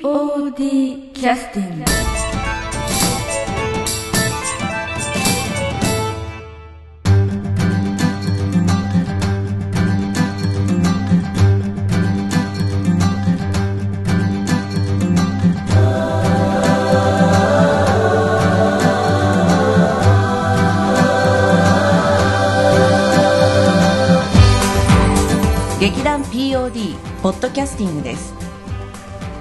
POD キャスティング劇団 POD ポッドキャスティングです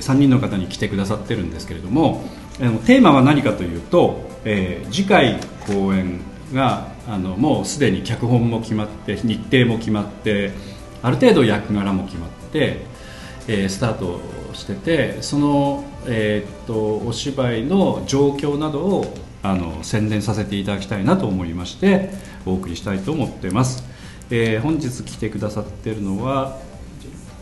3人の方に来てくださってるんですけれども、あのテーマは何かというと、えー次回公演があのもうすでに脚本も決まって日程も決まってある程度役柄も決まって、えースタートしててその、えーっとお芝居の状況などをあの宣伝させていただきたいなと思いましてお送りしたいと思ってます、えー本日来てくださってるのは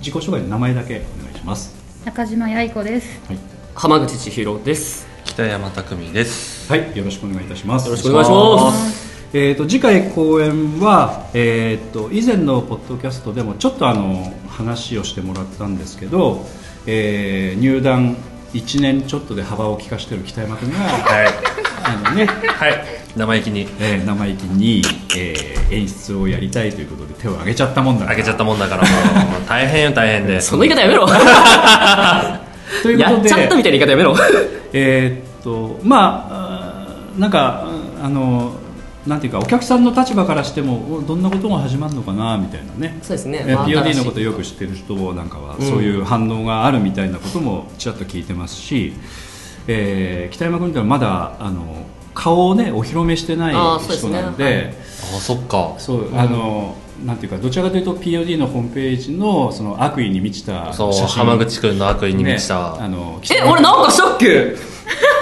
自己紹介の名前だけお願いします中島八重子です。はい、浜口千尋です。北山匠ですはい、よろしくお願いいたしますよろしくお願いします。えー、と次回公演は、えー、と以前のポッドキャストでもちょっとあの話をしてもらったんですけど、えー入団1年ちょっとで幅を利かしてる北山君が、あのね生意気にえー生意気に、えー演出をやりたいということで手を挙げちゃったもんだ開けちゃったもんだからもう大変よ大変でその言い方やめろ。 というやこっとでちゃったみたいな言い方やめろ。えーっとまああーなんかうんあのなんていうかお客さんの立場からしてもおどんなことが始まるのかなみたいなねそうですねえまあ POD 新しのいことよく知ってる人なんかは、んそういう反応があるみたいなこともちらっと聞いてますし、えー北山君ってのはまだあの顔をねお披露目してないあーそうです人ねなのではいあそっかそうあの、なんていうかどちらかというと POD のホームページのその悪意に満ちた写そう真浜口君の悪意に満ちねあたのえ、俺なんかしたっけ？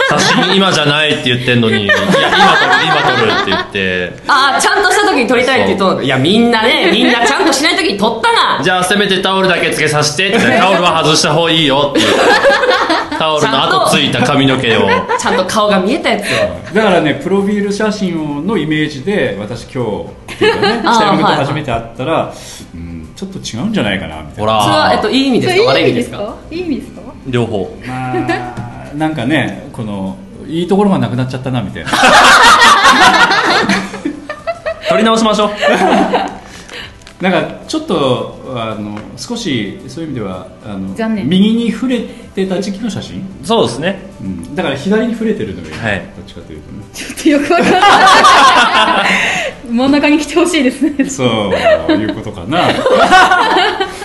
写真今じゃないって言ってんのにいや今撮る今撮るって言ってあー、ちゃんとした時に撮りたいって 言うと、いやみんなね、みんなちゃんとしない時に撮ったな。じゃあせめてタオルだけつけさせてって言ってタオルは外した方がいいよって言ってタオルの後ついた髪の毛をちゃんと顔が見えたやつを。だからねプロフィール写真のイメージで私今日っていうか ね北山君と初めて会ったら、うん、ちょっと違うんじゃないかなみたいほならそれはえっといい意味ですか悪い意味ですか？いい意味ですか？両方まあなんかねこのいいところがなくなっちゃったなみたいな撮り直しましょう なんかちょっとあの少しそういう意味ではあの残念右に触れてた時期の写真、そうですねうん、だから左に触れてるのよ、はいどっちかというとねちょっとよくわかんない。 真ん中に来てほしいですね。そういうことかな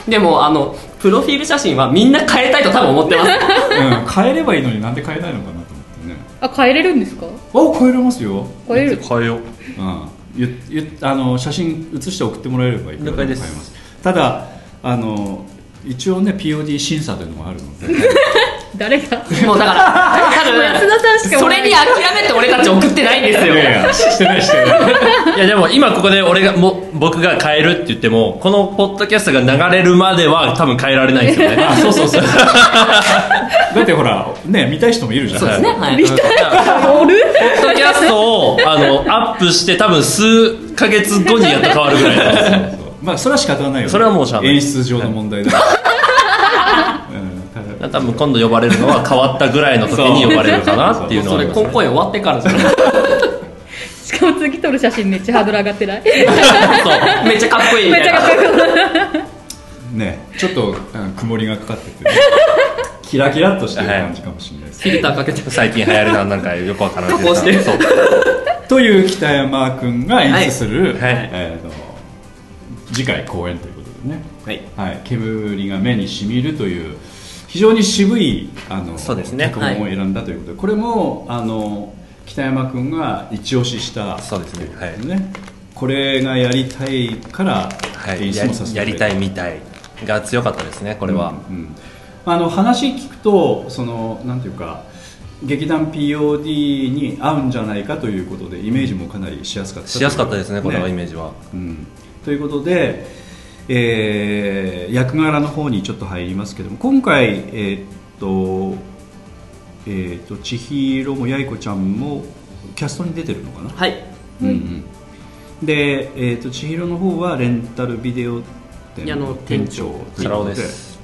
でもあのプロフィール写真はみんな変えたいと多分思ってます。 うん、変えればいいのになんで変えないのかなと思ってねあ、変えれるんですか？あ変えれますよ、変える。変えよううん、ゆゆあの写真写して送ってもらえればいくらでも了変えま解ですすただあの一応ね POD 審査というのがあるので誰が？もうだから多松分田さんしか。それに。諦めて俺たち送ってないん ですよ。いやしてないしてない いやでも今ここで俺がも僕が変えるって言ってもこのポッドキャストが流れるまでは多分変えられないんですよ ねあそうそうそうだってほらね見たい人もいるじゃんそうですね。はい。おる？ポッドキャストをあのアップして多分数ヶ月後にやっと変わるぐらいなんですよそうまあそれは仕方ないよねそれはもうしゃあない演出上の問題だから、うんただ多分今度呼ばれるのは変わったぐらいの時に呼ばれるかなっていうのそはあれりまこすの声終わってからじゃん。しかも次撮る写真めっちゃハードル上がってない。そうめっちゃかっこいいみめたっいちゃなかっこよくない。ねちょっと、うん曇りがかかってて、ね、キラキラっとしてる感じかもしれないです、フィルターかけて最近流行りのなんかよくわからない加工してるそうという北山君が演出する、はいはいえーと次回公演ということでね、はいはい、煙が目にしみるという非常に渋いあのそうですね脚本を選んだということで、これもあの北山君が一押ししたそうですねはいということでねこれがやりたいからはい演や出もさせりてやりたいみたいが強かったですねこれは、うんあの話聞くとそのなんていうか劇団 POD に合うんじゃないかということでイメージもかなりしやすかったしやすかったですねこれはイメージは、うん、ということで、えー役柄の方にちょっと入りますけども今回、えーっとえーっと千尋も八重子ちゃんもキャストに出てるのかな、はいうんうん、で、えーっと千尋の方はレンタルビデオい店やあの店長というチャラこ男とでです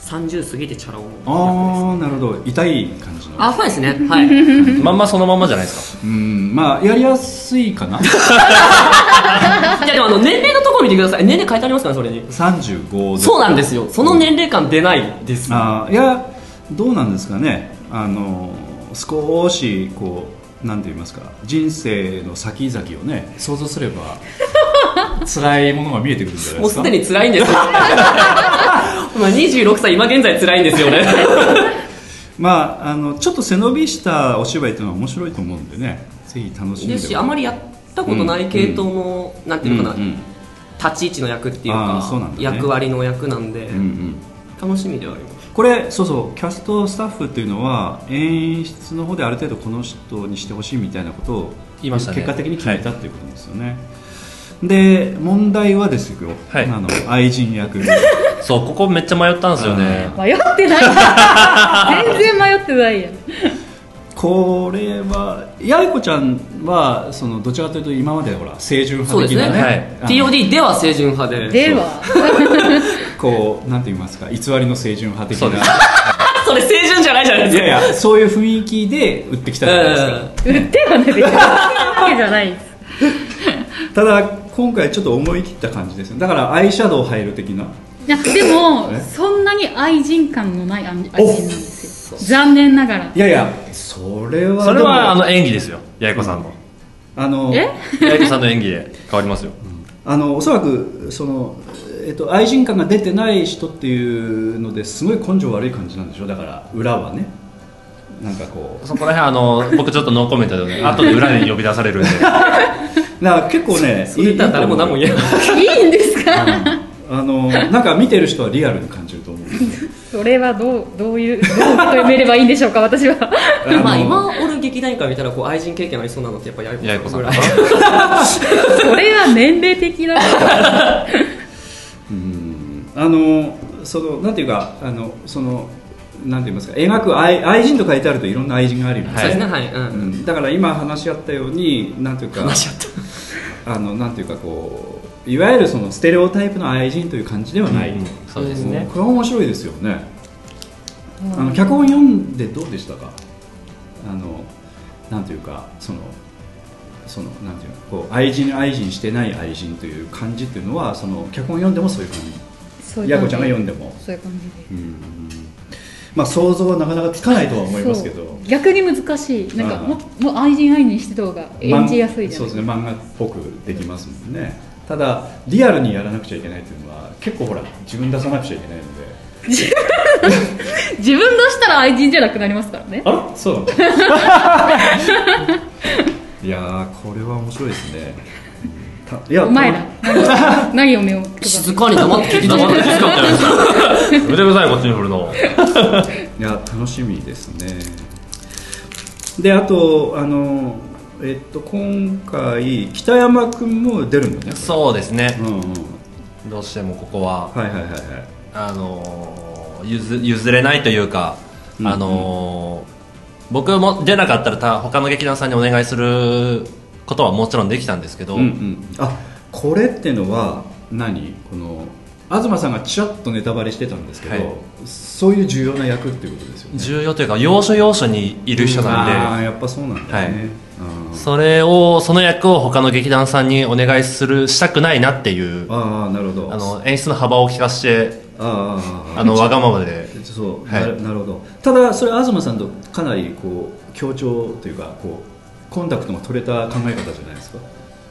30過ぎてチャラ男の役ああなるほど痛い感じのですあそうですねはいまんまそのまんまじゃないですかうんまあやりやすいか ないやでもあの年齢のところ見てください年齢書いてありますかねそれに35でそうなんですよその年齢感出ないですあーいやどうなんですかねあの少しこうなんて言いますか人生の先々をね想像すれば 辛いものが見えてくるんじゃないでもうすかすでに辛いんですよ まあ26歳今現在辛いんです よねまああのちょっと背伸びしたお芝居というのは面白いと思うんでねぜひ楽しんでですしあまりやったことない系統の、なんていうのかな、うんうん立ち位置の役っていうあかーそうなんだね役割の役なんで、うんうん楽しみではありますこれそうそうキャストスタッフっていうのは演出の方である程度この人にしてほしいみたいなことを言いましたね結果的に決めたっていうことですよね、で問題はですよ、はいあの愛人役そうここめっちゃ迷ったんですよね迷ってない。全然迷ってないやん。 これは八重子ちゃんはそのどちらかというと今までほら清純そう派です的ねなねあの TOD では清純派ででは、こうなんて言いますか偽りの清純派的そうでなすあそれ清純じゃないじゃないですいかやいやそういう雰囲気で売ってきたじゃないですか、うん売ってはないです。わけじゃないです。ただ今回ちょっと思い切った感じですねだからアイシャドウ入る的ないやでもえそんなに愛人感のないあの愛人なんですよ残念ながらいやいやそれはそれでもはあの演技ですよ八重子さんのあのえ八重子さんの演技で変わりますよあのおそらくその、えっと、愛人感が出てない人っていうのですごい根性悪い感じなんでしょだから裏はねなんかこそこら辺あの僕ちょっとノーコメントで後で裏に呼び出されるんでうだから結構ねそれ 言ったら誰も何も言えないいいんですかあのなんか見てる人はリアルに感じると思うんですよそれはどうどういうどう読めればいいんでしょうか私はのまあ今おる劇団員から見たらこう愛人経験ありそうなのってやっぱ八八重重子子ささんんぐのらいそれは年齢的なうんあのそのなんていうかあのそのなんて言いますか描く愛愛人と書いてあるといろんな愛人があるよね、そうですねはい、ううんん、だから今話し合ったようになんていうか話し合っ たあのなんていうかこういわゆるそのステレオタイプの愛人という感じではない、うんそうですねこれは面白いですよね、あの脚本読んでどうでしたかあのなんていうかそのそのなんていうのこう愛人愛人してない愛人という感じっていうのはその脚本読んでもそういう感そうじいうや感こちじゃんが読んでもそういう感じでうんまあ想像はなかなかつかないとは思いますけどそう逆に難しいなんかあーももう愛人愛人してた方が演じやすいじゃそうないですね漫画っぽくできますもんねただリアルにやらなくちゃいけないっていうのは結構ほら自分出さなくちゃいけないので自分出したら愛人じゃなくなりますからねあら そうなのいやーこれは面白いですねたいやお前ら 何何読めようとか静かに黙って聞いてた黙ってきつかったじゃないですかやめてくださいこっちに振るのいや楽しみですねであとあのえっと今回北山君も出るのねそうですねう、んうんどうしてもここははいはいはいはいあのー譲譲れないというか、うんあのー僕も出なかったらた他の劇団さんにお願いすることはもちろんできたんですけど、うんうんあこれってのは何この東さんがちらっとネタバレしてたんですけど、はいそういう重要な役っていうことですよね重要というか要所要所にいる人あなんで、ーやっぱそうなんだね、あーそれをその役を他の劇団さんにお願いするしたくないなっていうあーなるほどあの演出の幅を利かしてあああのわがままでそう、はいななるほどただそれ東さんとかなりこう協調というかこうコンタクトも取れた考え方じゃないですか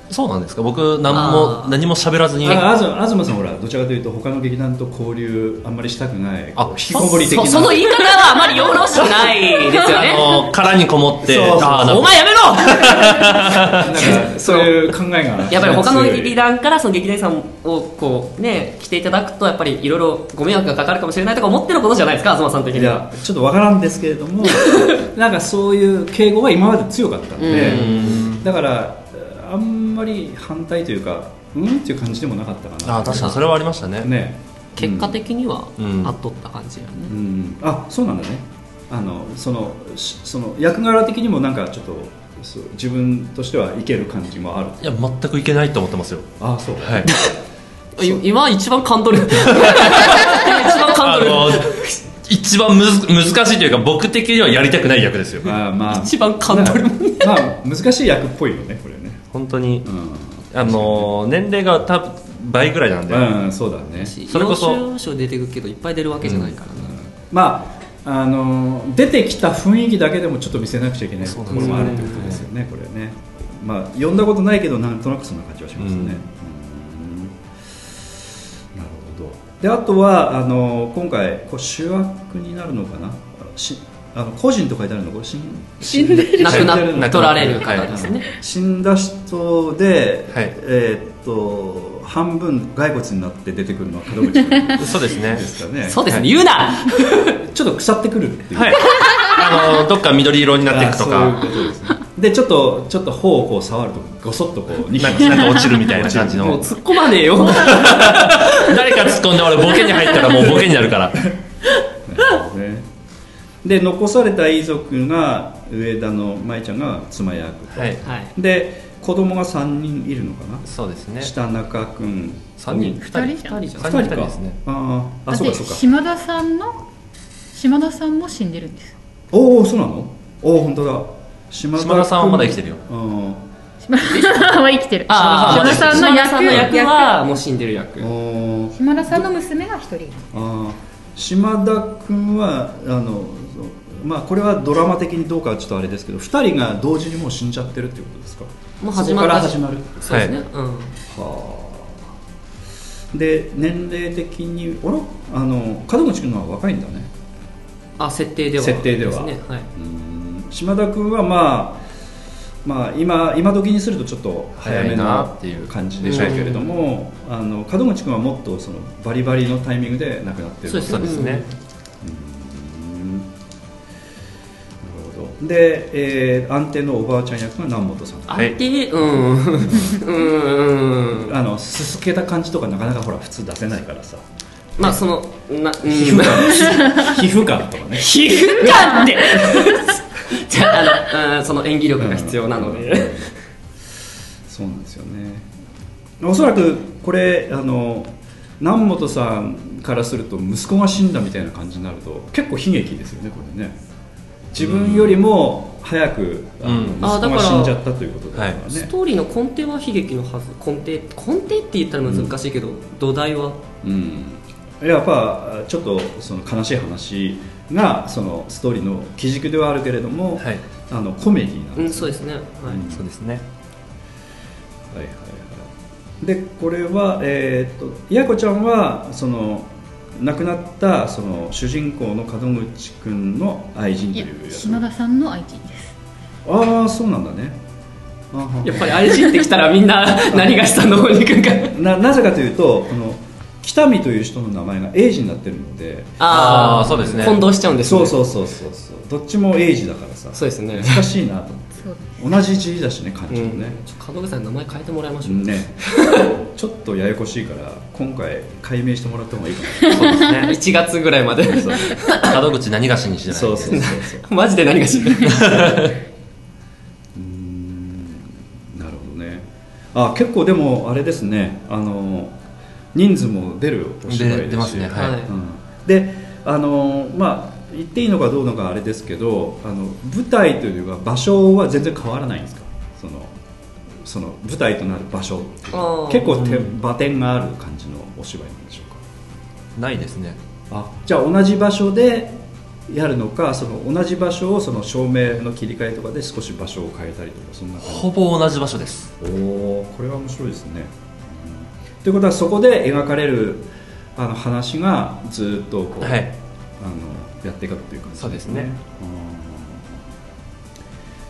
そうなんですか僕何もあー何も喋らずにああず東さんほらどちらかというと他の劇団と交流あんまりしたくないあこう引きこもり的なそその言い方はあまりよろしくないですよあねの殻にこもってそうそうそう あーなるほおど前やめろ なんかそういう考えがやっぱり他の劇団団からその劇団さんをこうね来ていただくとやっぱりいろいろご迷惑がかかるかもしれないとか思ってのことじゃないですか東さん的いにはやちょっとわからんですけれどもなんかそういう敬語は今まで強かったんでだからあんまり反対というかうんっていう感じでもなかったかあなー確かにそれはありましたねね結果的にはうんあっとった感じやね、うん、うんあそうなんだねあのそのしその役柄的にもなんかちょっとそう自分としてはいける感じもあるいや全くいけないと思ってますよあそう はいい今一番感動る一番あ感動のる一番むず難しいというか僕的にはやりたくない役ですよあー まあ一番感動るなんかまあ難しい役っぽいよねこれね本当にうあの年齢が多分倍ぐらいなんでん、うん、そうだねそれこそ要所要所出てくけどいっぱい出るわけじゃないからな、まああの出てきた雰囲気だけでもちょっと見せなくちゃいけないところもあるってことですよねこれねまあ呼んだことないけどなんとなくそんな感じはしますね、うんうんなるほどであとはあの今回こう主役になるのかなしあの個人と書いてあるのこれ死ん死んでる亡くな死んでるの取られる方ですね、死んだ人で、はいえーっと半分骸骨になって出てくるのは門口 君そうですねですかねそうですね、はい言うなちょっと腐ってくるっていう、はいあのどっか緑色になっていくとあーかそういうことですねでちょっとちょっと頬をこう触るとごそっとこう2なん匹かなんか落ちるみたいな感じもうの突っ込まねえよ 誰か突っ込んで俺ボケに入ったらもうボケになるからねで残された遺族が上田の舞ちゃんが妻役はいはいで子供が3人いるのかな、そうですね下中君三人二人二人じゃん二三人二人人かですねあーあそうでかそうか島田さんの島田さんも死んでるんですおおそうなのおお本当だ島島田さんはまだ生きてるるようん島田さん は生きてるあ島あ田さんの島田さんの役役はもう死んでる役おー島田さんの娘が一人いるあー島田君はあのそうまあこれはドラマ的にどうかはちょっとあれですけど2人が同時にもう死んじゃってるっていうことですかもう始まそこからった始まるそうですね、はうんで年齢的にあらあの門口君の方が若いんだねあ設定では設定ではすねはい、うん島田君はまあまあ、今今時にするとちょっと早め早いななっていう感じでしょうけれども、あの門口君はもっとそのバリバリのタイミングで亡くなってるそうですそうですねうんなるほどで、えー、安定のおばあちゃん役が南本さんあはいれでうん うんうんあのすすけた感じとかなかなかほら普通出せないからさまあそのな、うん、皮膚感皮膚感とかね 皮膚感って じゃああの、うん、その演技力が必要なので、うんそうなんですよねおそらくこれあの南本さんからすると息子が死んだみたいな感じになると結構悲劇ですよねこれね自分よりも早く、あのうんあだ息子かがら死んじゃったということだからね、はいストーリーの根底は悲劇のはず根底根底って言ったら難しいけど、土台はうん、やっぱちょっとその悲しい話がそのストーリーの基軸ではあるけれども、はいあのコメディなんうでんす、そうですね、はいうんそうですねはいはいはい、でこれはえーっとやこちゃんはその亡くなったその主人公の門口くんの愛人といやいうやつ島田さんの愛人ですああそうなんだねあはやっぱり愛人ってきたらみんな 何がしたのお肉がななぜかというとこの北見という人の名前が英治になってるのであーあーそうですね混同しちゃうんです、ね、そうそううそうそうそうどっちも英治だからさそうですね難しいなと思ってそう同じ字だしね漢う字もんね、ちょっと門口さん名前変えてもらいましょう、 ねちょっとややこしいから今回解明してもらった方がいいかも そうですね1月ぐらいまで門口何がしにしじゃないそうそうそう そうマジで何が知るうーんなるほどねあ結構でもあれですねあの人数も出るお芝居ですしで出ますねはい、はいうんであのまあ言っていいのかどうのかあれですけどあの舞台というか場所は全然変わらないんですかそのその舞台となる場所っていうのはあー結構て、うん場点がある感じのお芝居なんでしょうかないですねあじゃあ同じ場所でやるのかその同じ場所をその照明の切り替えとかで少し場所を変えたりとかそんな感じほぼ同じ場所ですおおこれは面白いですね、うんということはそこで描かれるあの話がずっとこう、はいあのやっていくっていう感じそうですね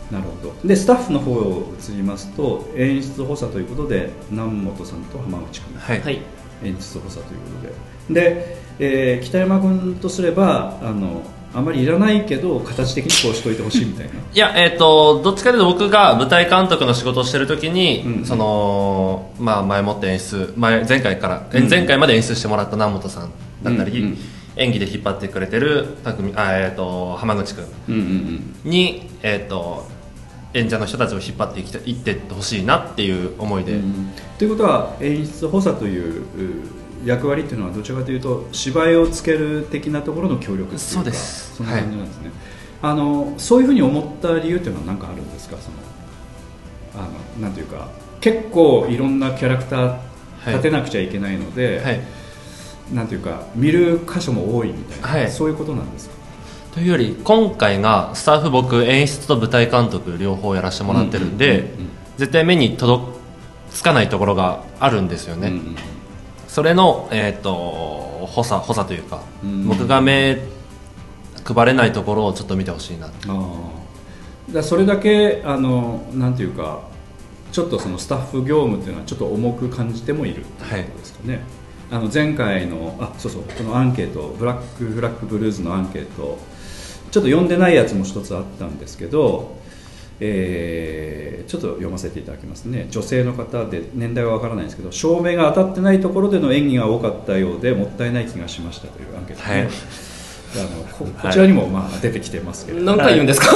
うんなるほどでスタッフの方を移りますと演出補佐ということで南本さんと浜内君はい、はい演出補佐ということでで、えー北山君とすればあのあまりいらないけど形的にこうしといてほしいみたいないや、えっ、と、どっちかというと僕が舞台監督の仕事をしてる時に、うんその、まあ前もって演出、前、前回から、えうん前回まで演出してもらった南本さんだったり、うんうん演技で引っ張ってくれてる匠、あえっ、と、浜口くんうんうんうんに、えっ、と、演者の人たちを引っ張っていきたいってってほしいなっていう思いで、うんということは演出補佐というう役割っていうのはどちらかというと芝居をつける的なところの協力っていうかそうですそんな感じなんですね、あのそういうふうに思った理由っていうのは何かあるんですかそのあのなんていうか結構いろんなキャラクター立てなくちゃいけないので、はい。なんていうか見る箇所も多いみたいな、はいそういうことなんですかというより今回がスタッフ僕演出と舞台監督両方やらせてもらってるんで、うんうんうんうん絶対目に届つかないところがあるんですよね、うんうんそれの、えー、と補佐補佐というか、うん僕が目配れないところをちょっと見てほしいなあーだからそれだけあのなんていうかちょっとそのスタッフ業務っていうのはちょっと重く感じてもいるっていうことですかね、あの前回のあそうそうこのアンケートブラックブラックブルーズのアンケートちょっと読んでないやつも一つあったんですけどえーちょっと読ませていただきますね女性の方で年代はわからないんですけど照明が当たってないところでの演技が多かったようでもったいない気がしましたというアンケートね、はいあのここちらにもまあ出てきてますけれども何回言うんですか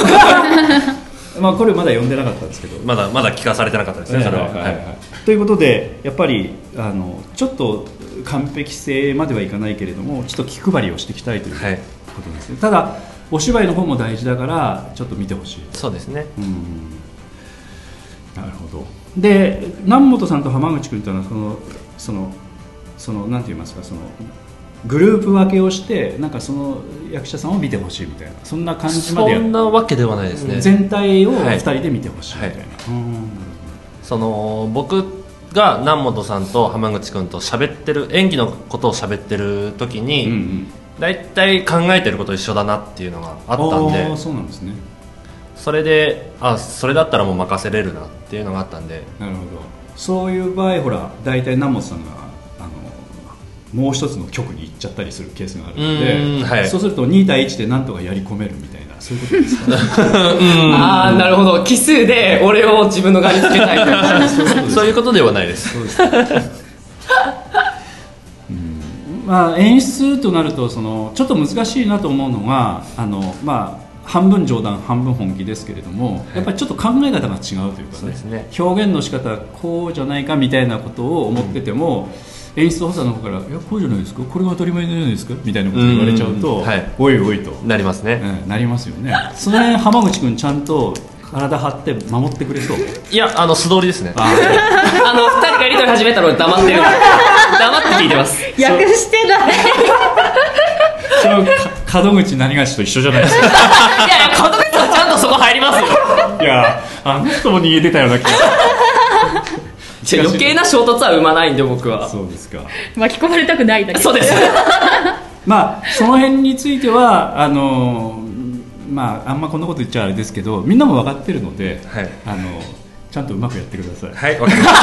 まあ、これまだ読んでなかったんですけど、まだまだ聞かされてなかったですね、それは、はいということでやっぱりあのちょっと完璧性まではいかないけれどもちょっと気配りをしていきたいというはいことですね、ただお芝居の方も大事だからちょっと見てほしいそうですねうんなるほどで南本さんと浜口君というのはそのそのそのなんて言いますかそのグループ分けをしてなんかその役者さんを見てほしいみたいなそんな感じまそでやっんなわけではないですね、全体をはい2人で見てほしいみたいな、はいうんその僕が南本さんと浜口君と喋ってる演技のことを喋ってる時に、うんうん大体考えてること一緒だなっていうのがあったんーでそうなんですねそれであそれだったらもう任せれるなっていうのがあったんでなるほどそういう場合ほら大体南本さんがあのもう一つの局に行っちゃったりするケースがあるのうーで、んはいそうすると2対1でなんとかやり込めるみたいなそういうことです かああなるほど奇数で俺を自分の側につけたいというそういうことではないですそうですうんまあ、演出となるとそのちょっと難しいなと思うのがあの、まあ、半分冗談半分本気ですけれども、やっぱりちょっと考え方が違うというか、ねそうですね表現の仕方はこうじゃないかみたいなことを思ってても、演出補佐の方から「いやこうじゃないですかこれが当たり前じゃないですか」みたいなこと言われちゃうと「うんうんうんはいおいおい」と、なりますね、うんなりますよねその辺浜口君ちゃんと体張って守ってくれ そういやあの素通りですねあーあの二人がやり取り始めたのに黙ってる黙って聞いてます訳してない。そのか門口何がしと一緒じゃないですかいやいや、監督さんはちゃんとそこ入りますよ。いやあの人も逃げてたような気がいや余計な衝突は生まないんで、僕は。そうですか巻き込まれたくないだけ。そう です。まあその辺についてはあのまああんまこんなこと言っちゃあれですけどみんなも分かってるので、はいあのちゃんとうまくやってください、はいわかりまし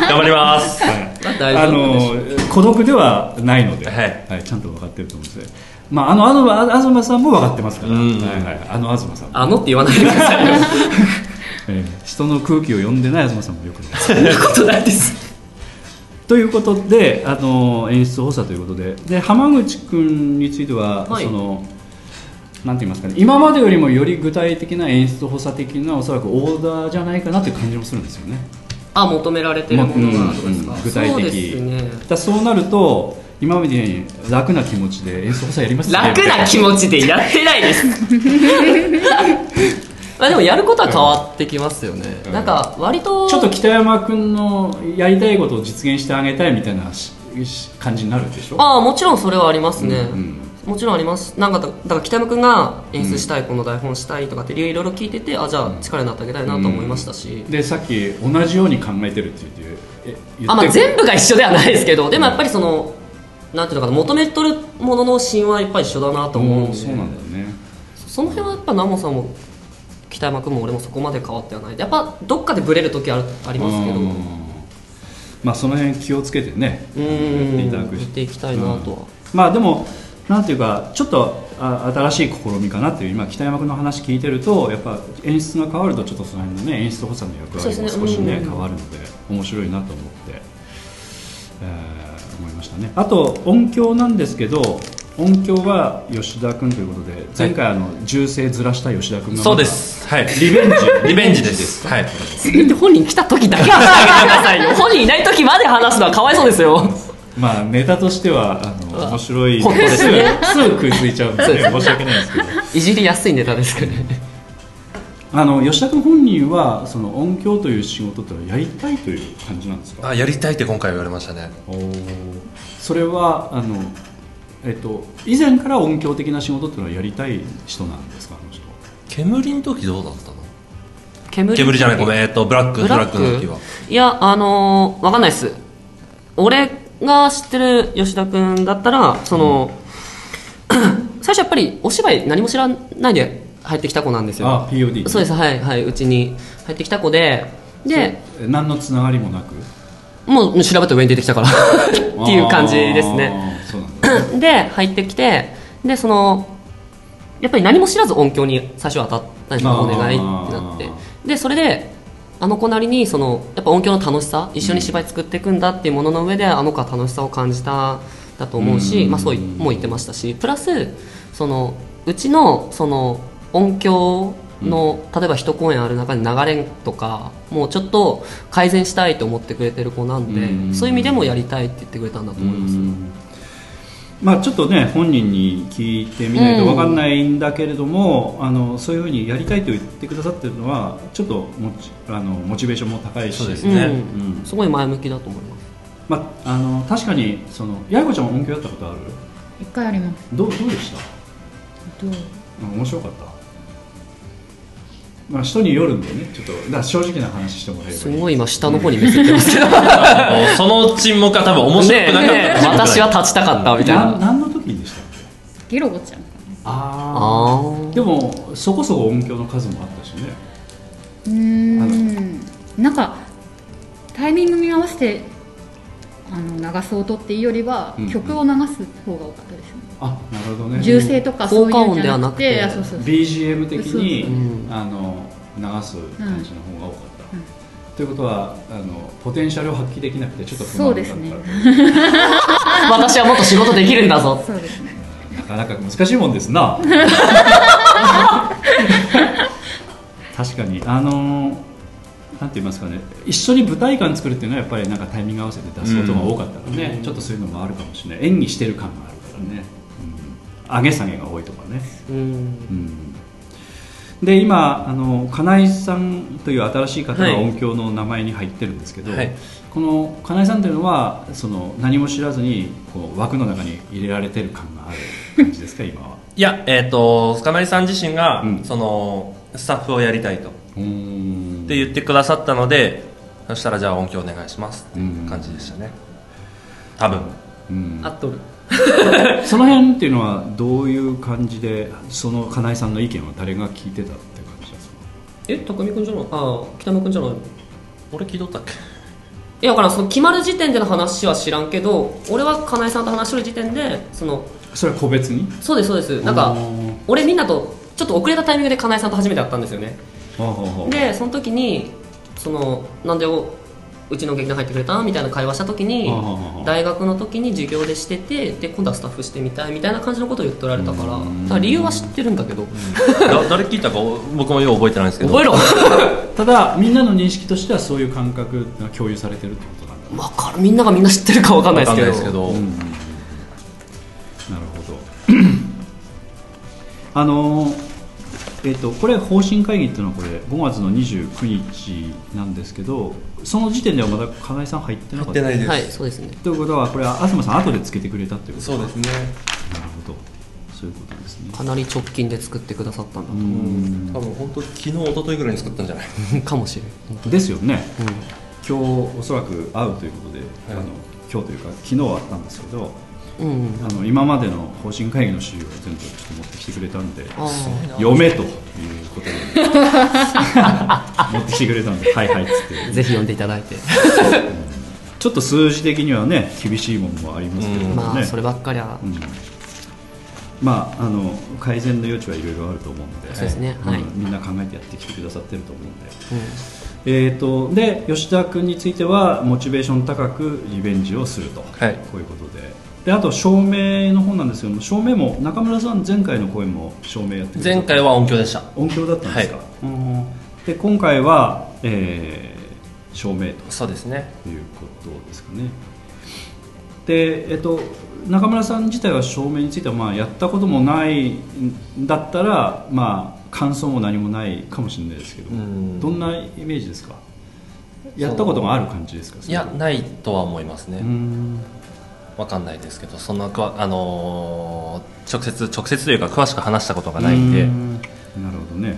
た 頑張りますまあ大あ丈夫でしょの孤独ではないので、はいちゃんと分かってると思うんですまああのあのあ東さんも分かってますから、うんはいはい、あの東さんも、あのって言わないでくださいよ。ええ人の空気を読んでない東さんもよく分かってますそんなことないです。ということであの演出補佐ということでで浜口君については、はいそのなんて言いますかね今までよりもより具体的な演出補佐的なおそらくオーダーじゃないかなという感じもするんですよね。あ、求められてるものがとかですか。具体そう的ですね。だからそうなると今までに楽な気持ちで演出補佐やりますね楽みたいな気持ちでやってない です。まあでもやることは変わってきますよね。うんなんか割とちょっと北山君のやりたいことを実現してあげたいみたいなしし感じになるでしょああもちろんそれはありますね、うんもちろんありますなんかだだから北山君が演出したい、この台本したいとかって理由いろいろ聞いててあじゃあ力になってあげたいなと思いましたし、でさっき同じように考えてるって言ってえ言ってあまあ、全部が一緒ではないですけどでもやっぱりそのなんていうのかな求めとるものの芯はやっぱり一緒だなと思ううんでそうなんだよねその辺はやっぱ南モさんも北山君も俺もそこまで変わってはないやっぱどっかでブレる時あるありますけどううんまあその辺気をつけてねやっていただんく見ていきたいなとは、まあでもなんていうかちょっとあ新しい試みかなっていう今北山君の話聞いてるとやっぱ演出が変わるとちょっとその辺のね演出補佐の役割もそう少ですしねねうん変わるので面白いなと思って、えー思いましたねあと音響なんですけど音響は吉田君ということで前回あの銃声ずらした吉田君がそうですはいリベンジリベンジですはいすげえ 本人来た時だけ話してあげてくださいよ本人いない時まで話すのはかわいそうです よまあネタとしてはあの面白いほっとですねすぐすぐ食いついちゃうんでそうです申し訳ないんですけどいじりやすいネタですけどねあの吉田君本人はその音響という仕事ってのをやりたいという感じなんですかあやりたいって今回言われましたねおーそれはあの、えっと、以前から音響的な仕事っていうのはやりたい人なんですかあの人煙の時どうだったの煙煙じゃないごめんえっとブラックブブララッッククの時はいやあのー、わかんないです俺が知ってる吉田君だったらその、 最初やっぱりお芝居何も知らないで入ってきた子なんですよあ POD そうですはいはいうちに入ってきた子ででえ何のつながりもなくっもう調べた上に出てきたから っていう感じですねそうなんだ で入ってきてでそのやっぱり何も知らず音響に最初は当たったんですよあおー願いってなってでそれであの子なりにそのやっぱ音響の楽しさ一緒に芝居作っていくんだっていうものの上で、あの子は楽しさを感じただと思うし、うんまあ、そういもう言ってましたしプラスそのうちのその音響の、例えば一公演ある中で流れとかもうちょっと改善したいと思ってくれてる子なんで、うんそういう意味でもやりたいって言ってくれたんだと思います。うんまあちょっとね本人に聞いてみないと分かんないんだけれども、あのそういうふうにやりたいと言ってくださってるのはちょっとモチあのモチベーションも高いしそうですうんねうんすごい前向きだと思いますまあ、あの確かにその八重子ちゃんも音響やったことある一回ありますどうどうでしたどううん面白かった、まあ、人によるんでねちょっとだから正直な話してもらえればすごい今下の方に目線ってますけどもうその沈黙は 多分面白くなかった、ねえ 私は立ちたかったみたいなな何の時でしたっけゲロゴちゃんあああーでもそこそこ音響の数もあったしねうーんなんかタイミングに合わせてあの流す音っていうよりは、うんうん曲を流す方が多かったですねあなるほどね銃声とかそういうんじゃなくて効果音であはなくてそうそうそう BGM 的に、うんあの流す感じの方が多かった、ということはあのポテンシャルを発揮できなくてちょっと不満だったそうで私はもっと仕事できるんだぞそうですね なかなか難しいもんです な確かにあのーなんて言いますかね一緒に舞台感作るっていうのはやっぱりなんかタイミング合わせて出すことが多かったからね、うんちょっとそういうのもあるかもしれない演技してる感があるからね、うん、上げ下げが多いとかね、うんうんで今あの金井さんという新しい方はいが音響の名前に入ってるんですけど、はいこの金井さんというのはその何も知らずにこう枠の中に入れられてる感がある感じですか今はいやえっ、と金井さん自身が、うんそのスタッフをやりたいとうんって言ってくださったのでそしたらじゃあ音響お願いしますっていう感じでしたね多分うんあっとるその辺っていうのはどういう感じでその金井さんの意見は誰が聞いてたって感じですかえ高見くんじゃないああ北山くんじゃない俺聞いとったっけいやだからその決まる時点での話は知らんけど俺は金井さんと話しとる時点でそのそれは個別にそうですそうですなんかおー俺みんなとちょっと遅れたタイミングで金井さんと初めて会ったんですよねほうほうほうでその時にそのなんでおうちの劇団入ってくれたみたいな会話した時にああ大学の時に授業でしててで今度はスタッフしてみたいみたいな感じのことを言っておられたからだうんから理由は知ってるんだけどだ誰聞いたかお僕もよう覚えてないんですけど覚えろただみんなの認識としてはそういう感覚が共有されてるってことなんだわかるみんながみんな知ってるかわかんないわでかすけんないどですけど、うんなるほど あのえっとこれ方針会議っていうのはこれ5月の29日なんですけどその時点ではまだ金井さん入ってなかったいはいそうですねということはこれは東さん後でつけてくれたっていうことそうですねなるほどそういうことなんですねかなり直近で作ってくださったんだと思、多分本当昨日一昨日ぐらいに作ったんじゃないうかもしれないですよねうん今日おそらく会うということで、あの今日というか昨日は会ったんですけどうんうんあの今までの方針会議の資料を全部ちょっと持ってきてくれたんであー読めということで 持ってきてくれたんではいはいっつってぜひ読んでいただいて、ちょっと数字的にはね厳しいものもありますけどもね、まあそればっかりは、うんまああの改善の余地はいろいろあると思うのでそうですねはいうんみんな考えてやってきてくださってると思うんで。えー、とで吉田君についてはモチベーション高くリベンジをすると、はいこういうことでであと照明の方なんですけども照明も中村さん前回の声も照明やってくれた前回は音響でした音響だったんですか、うんで今回は、えー照明とそうですねいうことですかねでえっと中村さん自体は照明についてはまあやったこともないんだったらまあ感想も何もないかもしれないですけどうんどんなイメージですかやったことがある感じですかいやそれないとは思いますね、はうんわかんないですけどそんなくわあのー直接直接というか詳しく話したことがないんでうんなるほどね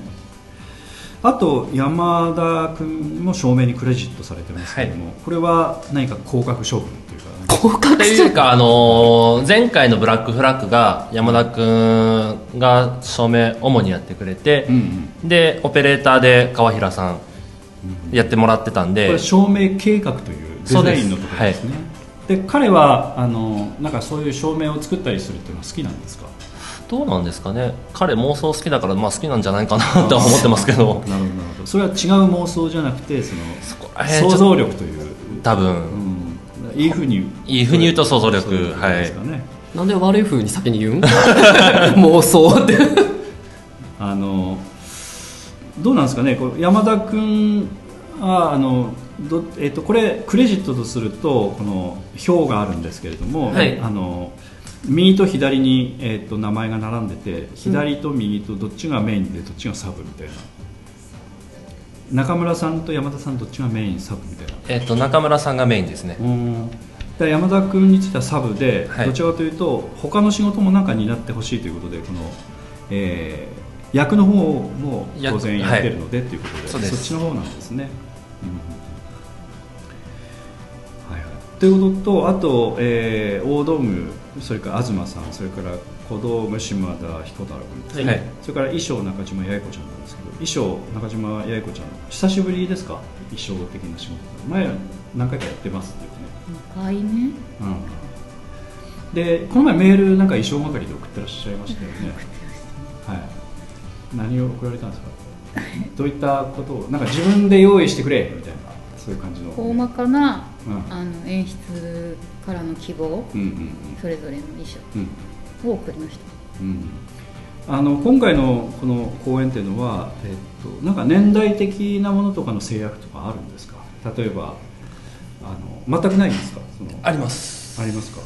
あと山田君も照明にクレジットされてますけども、これは何か広角処分というかなんかっていうか、あのー前回のブラックフラッグが山田君が照明主にやってくれて、うんうんでオペレーターで川平さんやってもらってたんこでれ照明計画というデザインのところですねで,、彼はあのなんかそういう照明を作ったりするっていうのは好きなんですかどうなんですかね彼妄想好きだから、まあ、好きなんじゃないかなとは思ってますけなるどほどなるほどそれは違う妄想じゃなくてそのこら辺想像力という、多う分ん、いいふうにいいふうに言うと想像力そういうことですかね、なんで悪い風に先に言うん妄想ってあのどうなんですかねこう山田君はあのど、えっとこれクレジットとするとこの表があるんですけれども、はいあの右と左に、えっと名前が並んでて左と右とどっちがメインでどっちがサブみたいな、中村さんと山田さんどっちがメインサブみたいなえっと中村さんがメインですねうんで山田君についてはサブで、はいどちらかというと他の仕事もなんか担ってほしいということでこの、えー役の方も当然役やってるのでということで,、そうですっちの方なんですね。うんはいはい、ということとあと、えー大道具それから東さんそれから小道具島田彦太郎君ですね、はいそれから衣装中島八重子ちゃんなんですけど衣装中島八重子ちゃん久しぶりですか衣装的な仕事前は何回かやってますっていうね2回目うん、でこの前メールなんか衣装係で送ってらっしゃいましたよね、はい、何を送られたんですかどういったことをなんか自分で用意してくれみたいなそういう感じの大まかな、うんあの演出からの希望うんうんそれぞれの衣装うんうんを送りましたうんあの今回のこの公演っていうのは、えっと、なんか年代的なものとかの制約とかあるんですか例えばあの全くないんですかそのありますありますか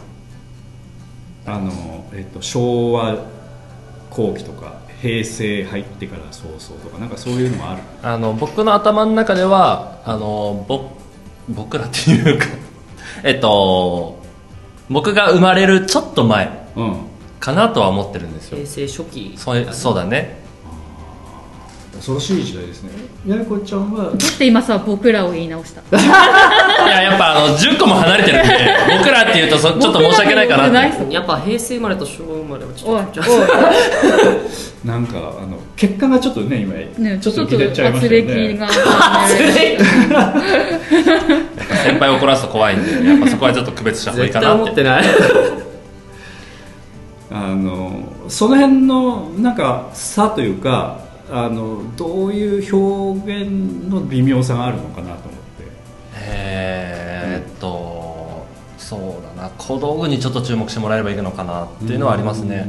あの、えっと、昭和後期とか平成入ってから早々とかなんかそういうのもあるあの僕の頭の中ではあのぼ僕らっていうか えっと僕が生まれるちょっと前うんかなとは思ってるんですよ平成初期それそうだね恐ろしい時代ですね八重子ちゃんはだって今さ僕らを言い直したいややっぱあの10個も離れてるんで僕らっていうとそちょっと申し訳ないかな僕らっにて言ってないやっぱ平成生まれと昭和生まれはちおいょおっいとちょっとなんかあの結果がちょっとね今ねちょっとち切れちゃいましたよねがあったね先輩怒らすと怖いんでやっぱそこはちょっと区別した方がいい絶か対な思っっててないあのその辺のなんか差というかあのどういう表現の微妙さがあるのかなと思ってえーっとそうだな小道具にちょっと注目してもらえればいいのかなっていうのはありますね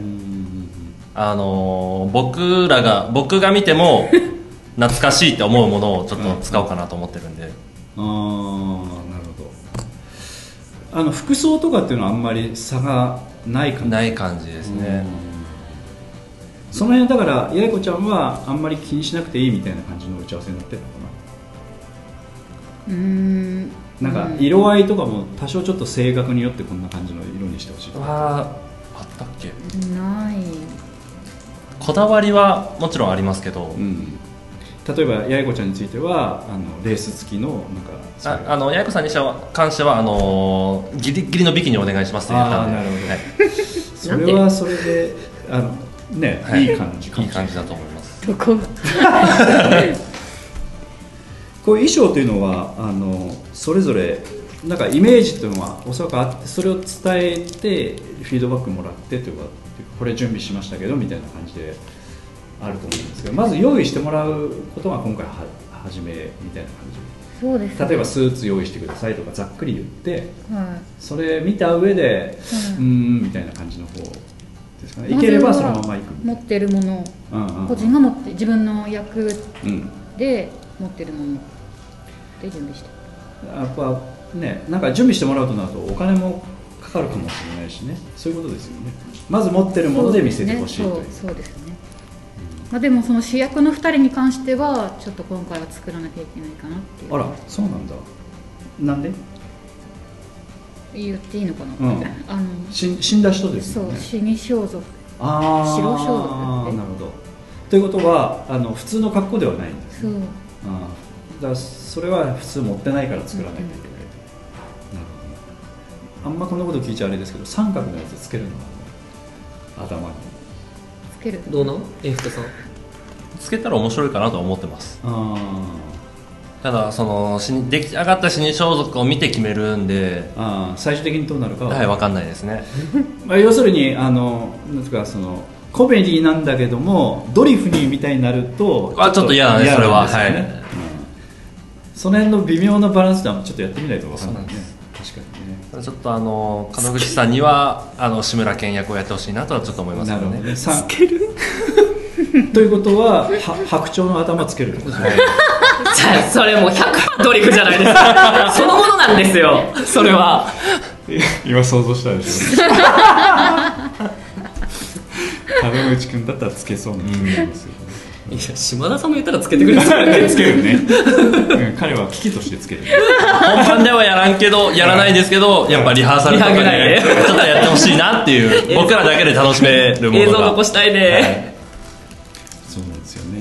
あのー僕らが僕が見ても 懐かしいって思うものをちょっと使おうかなと思ってるんでああなるほどあの服装とかっていうのはあんまり差がない感じない感じですねその辺だから八重子ちゃんはあんまり気にしなくていいみたいな感じの打ち合わせになってるのか うーんななんか色合いとかも多少ちょっと性格によってこんな感じの色にしてほしいとかはあったっけないこだわりはもちろんありますけど、うん例えば八重子ちゃんについてはあのレース付きのなんかそういあうあの八重子さんにしは関してはあのーギリギリのビキにお願いしますって言ったんであーなるほどはいそれはそれであのね、はい、いい感じかいもいしれない感じだと思いますどここういう衣装というのはあのそれぞれなんかイメージというのはおそらくあってそれを伝えてフィードバックもらってというかこれ準備しましたけどみたいな感じであると思うんですけどまず用意してもらうことが今回は初めみたいな感そうですじ例えばスーツ用意してくださいとかざっくり言ってはそれ見た上でうーうんみたいな感じの方ですかねいいければまそずのはままいく持ってるものうんうんうん個人が持って自分の役うんで持ってるもので準備してやっぱねなんか準備してもらうとなるとお金もかかるかもしれないしねそういうことですよねまず持ってるもので見せてほしいといそううですねそうそうですね、まあ、でもその主役の2人に関してはちょっと今回は作らなきゃいけないかなっていうあらそうなんだなんで言っていいのかな、うんあのし死んだ人ですそようね死に装束ああ白装束だってなるほどということはあの普通の格好ではないんですそうねあーだからそれは普通持ってないから作らなきゃいけないと、なるほどあんまこんなこと聞いちゃあれですけど三角のやつつけるの頭につけるどうなん英福さんつけたら面白いかなとは思ってますあただその死に出来上がった死に装束を見て決めるんでーあー最終的にどうなるかははい分かんないですねまあ、要するにあのなんですかそのコメディなんだけどもドリフニーみたいになるとあちょっと嫌だね嫌なんですそれよははういんその辺の微妙なバランスではちょっとやってみないと分からないね確かにねちょっとあの門口さんにはあの志村けん役をやってほしいなとはちょっと思いますなけるどほどねねつけるということはは白鳥の頭つけるってことですねじゃあそれもう100ドリフじゃないです かそのものなんですよそれは今想像したでし ょ門口君だったらつけそうな気がしますよねいや島田さんも言ったらつけてくれるつけるね、うん彼は危機としてつける本番ではやらんけどやらないですけどやっぱリハーサルとかリハぐらいででちょっとやってほしいなっていう僕らだけで楽しめるものが映像残したいね、そうなんですよね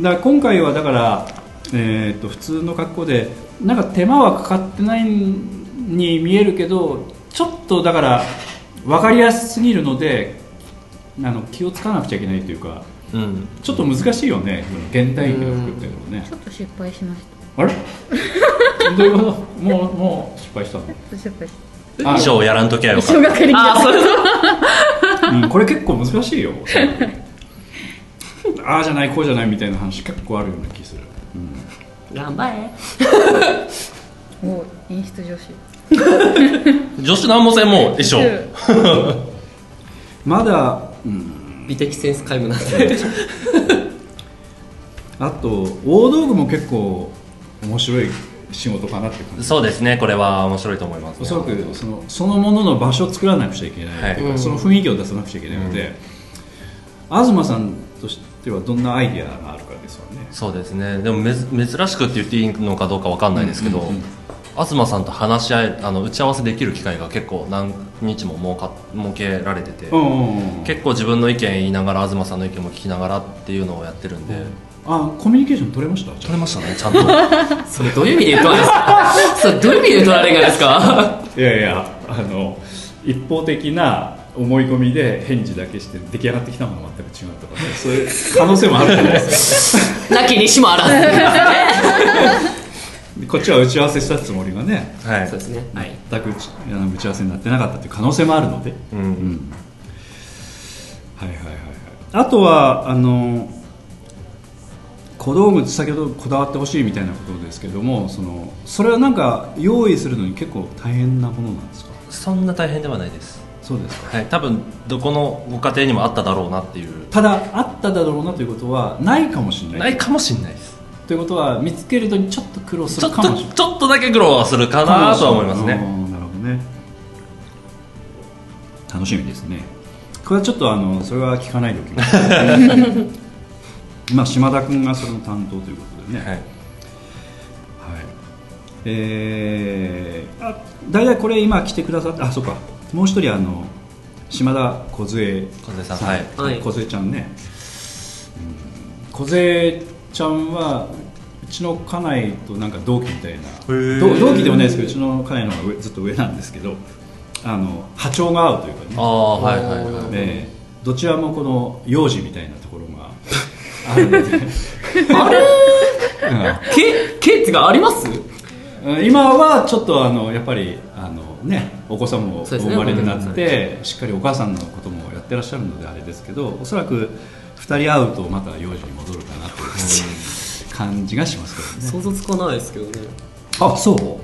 だから今回はだから、えー、と普通の格好でなんか手間はかかってないに見えるけどちょっとだから分かりやすすぎるのであの気をつかなくちゃいけないというかうんちょっと難しいよね現代劇の服っていうのもねちょっと失敗しましたあれどういうこともうもう失敗したのちょっと失敗しあ衣装をやらんときゃよたかっ小学りああそれうんこれ結構難しいよああじゃないこうじゃないみたいな話結構あるような気する、うん頑張れお演出女子た女子なんもせんもう衣装うんまだ、うん、美的センス皆無なんであと大道具も結構面白い仕事かなって感じそうですねこれは面白いと思います、おそらくそのそのものの場所を作らなくちゃいけないというか、はいその雰囲気を出さなくちゃいけないので、東さんとしてはどんなアイディアがあるかですよねそうですねでもめず珍しくって言っていいのかどうかわかんないですけど、うんうんうん東さんと話し合えあの打ち合わせできる機会が結構何日も設か設けられてて、うん結構自分の意見言いながら東さんの意見も聞きながらっていうのをやってるんで、あコミュニケーション取れました取れましたねちゃんとそれどういう意味で言うとられるんですかそれどういう意味で言うとられるんですかいやいやあの一方的な思い込みで返事だけして出来上がってきたものが全く違うとかね そういう可能性もあるじゃないですかなきにしもあ ら こっちは打ち合わせしたつもりがねはずそうですねはい全く打ちあの打ち合わせになってなかったという可能性もあるので、うう、んん、はいはいはいはいあとはあの小道具先ほどこだわってほしいみたいなことですけどもそのそれはなんか用意するのに結構大変なものなんですかそんな大変ではないです、そうですかはい、多分どこのご家庭にもあっただろうなっていうただあっただろうなということはないかもしれないないかもしれないですということは見つけるのにちょっと苦労すちょるっかともしれないちょっとだけ苦労はするかなとは思いますねうんなるほどね楽しみですねこれはちょっとあのそれは聞かないでおきま しょうまあ島田君がそれの担当ということでね、はいはいえーあ大体これ今来てくださったあそうかもう一人あの島田梢梢さんはいはい梢ちゃんねうん梢ちゃんはうちの家内となんか同期みたいなー同同期でもないですけどうちの家内の方が上ずっと上なんですけどあの波長が合うというかねああはいはいはいえーどちらもこの幼児みたいなところがあるので、 あれけけってかありますうん今はちょっとあのやっぱりあの、ね、お子さんもそ生うですねまれになお子さっんて、しっかりお母さんのこともやってらっしゃるのであれですけどおそらく2人会うとまた幼児に戻るかなという感じがしますけどね想像つかないですけどねあそうそ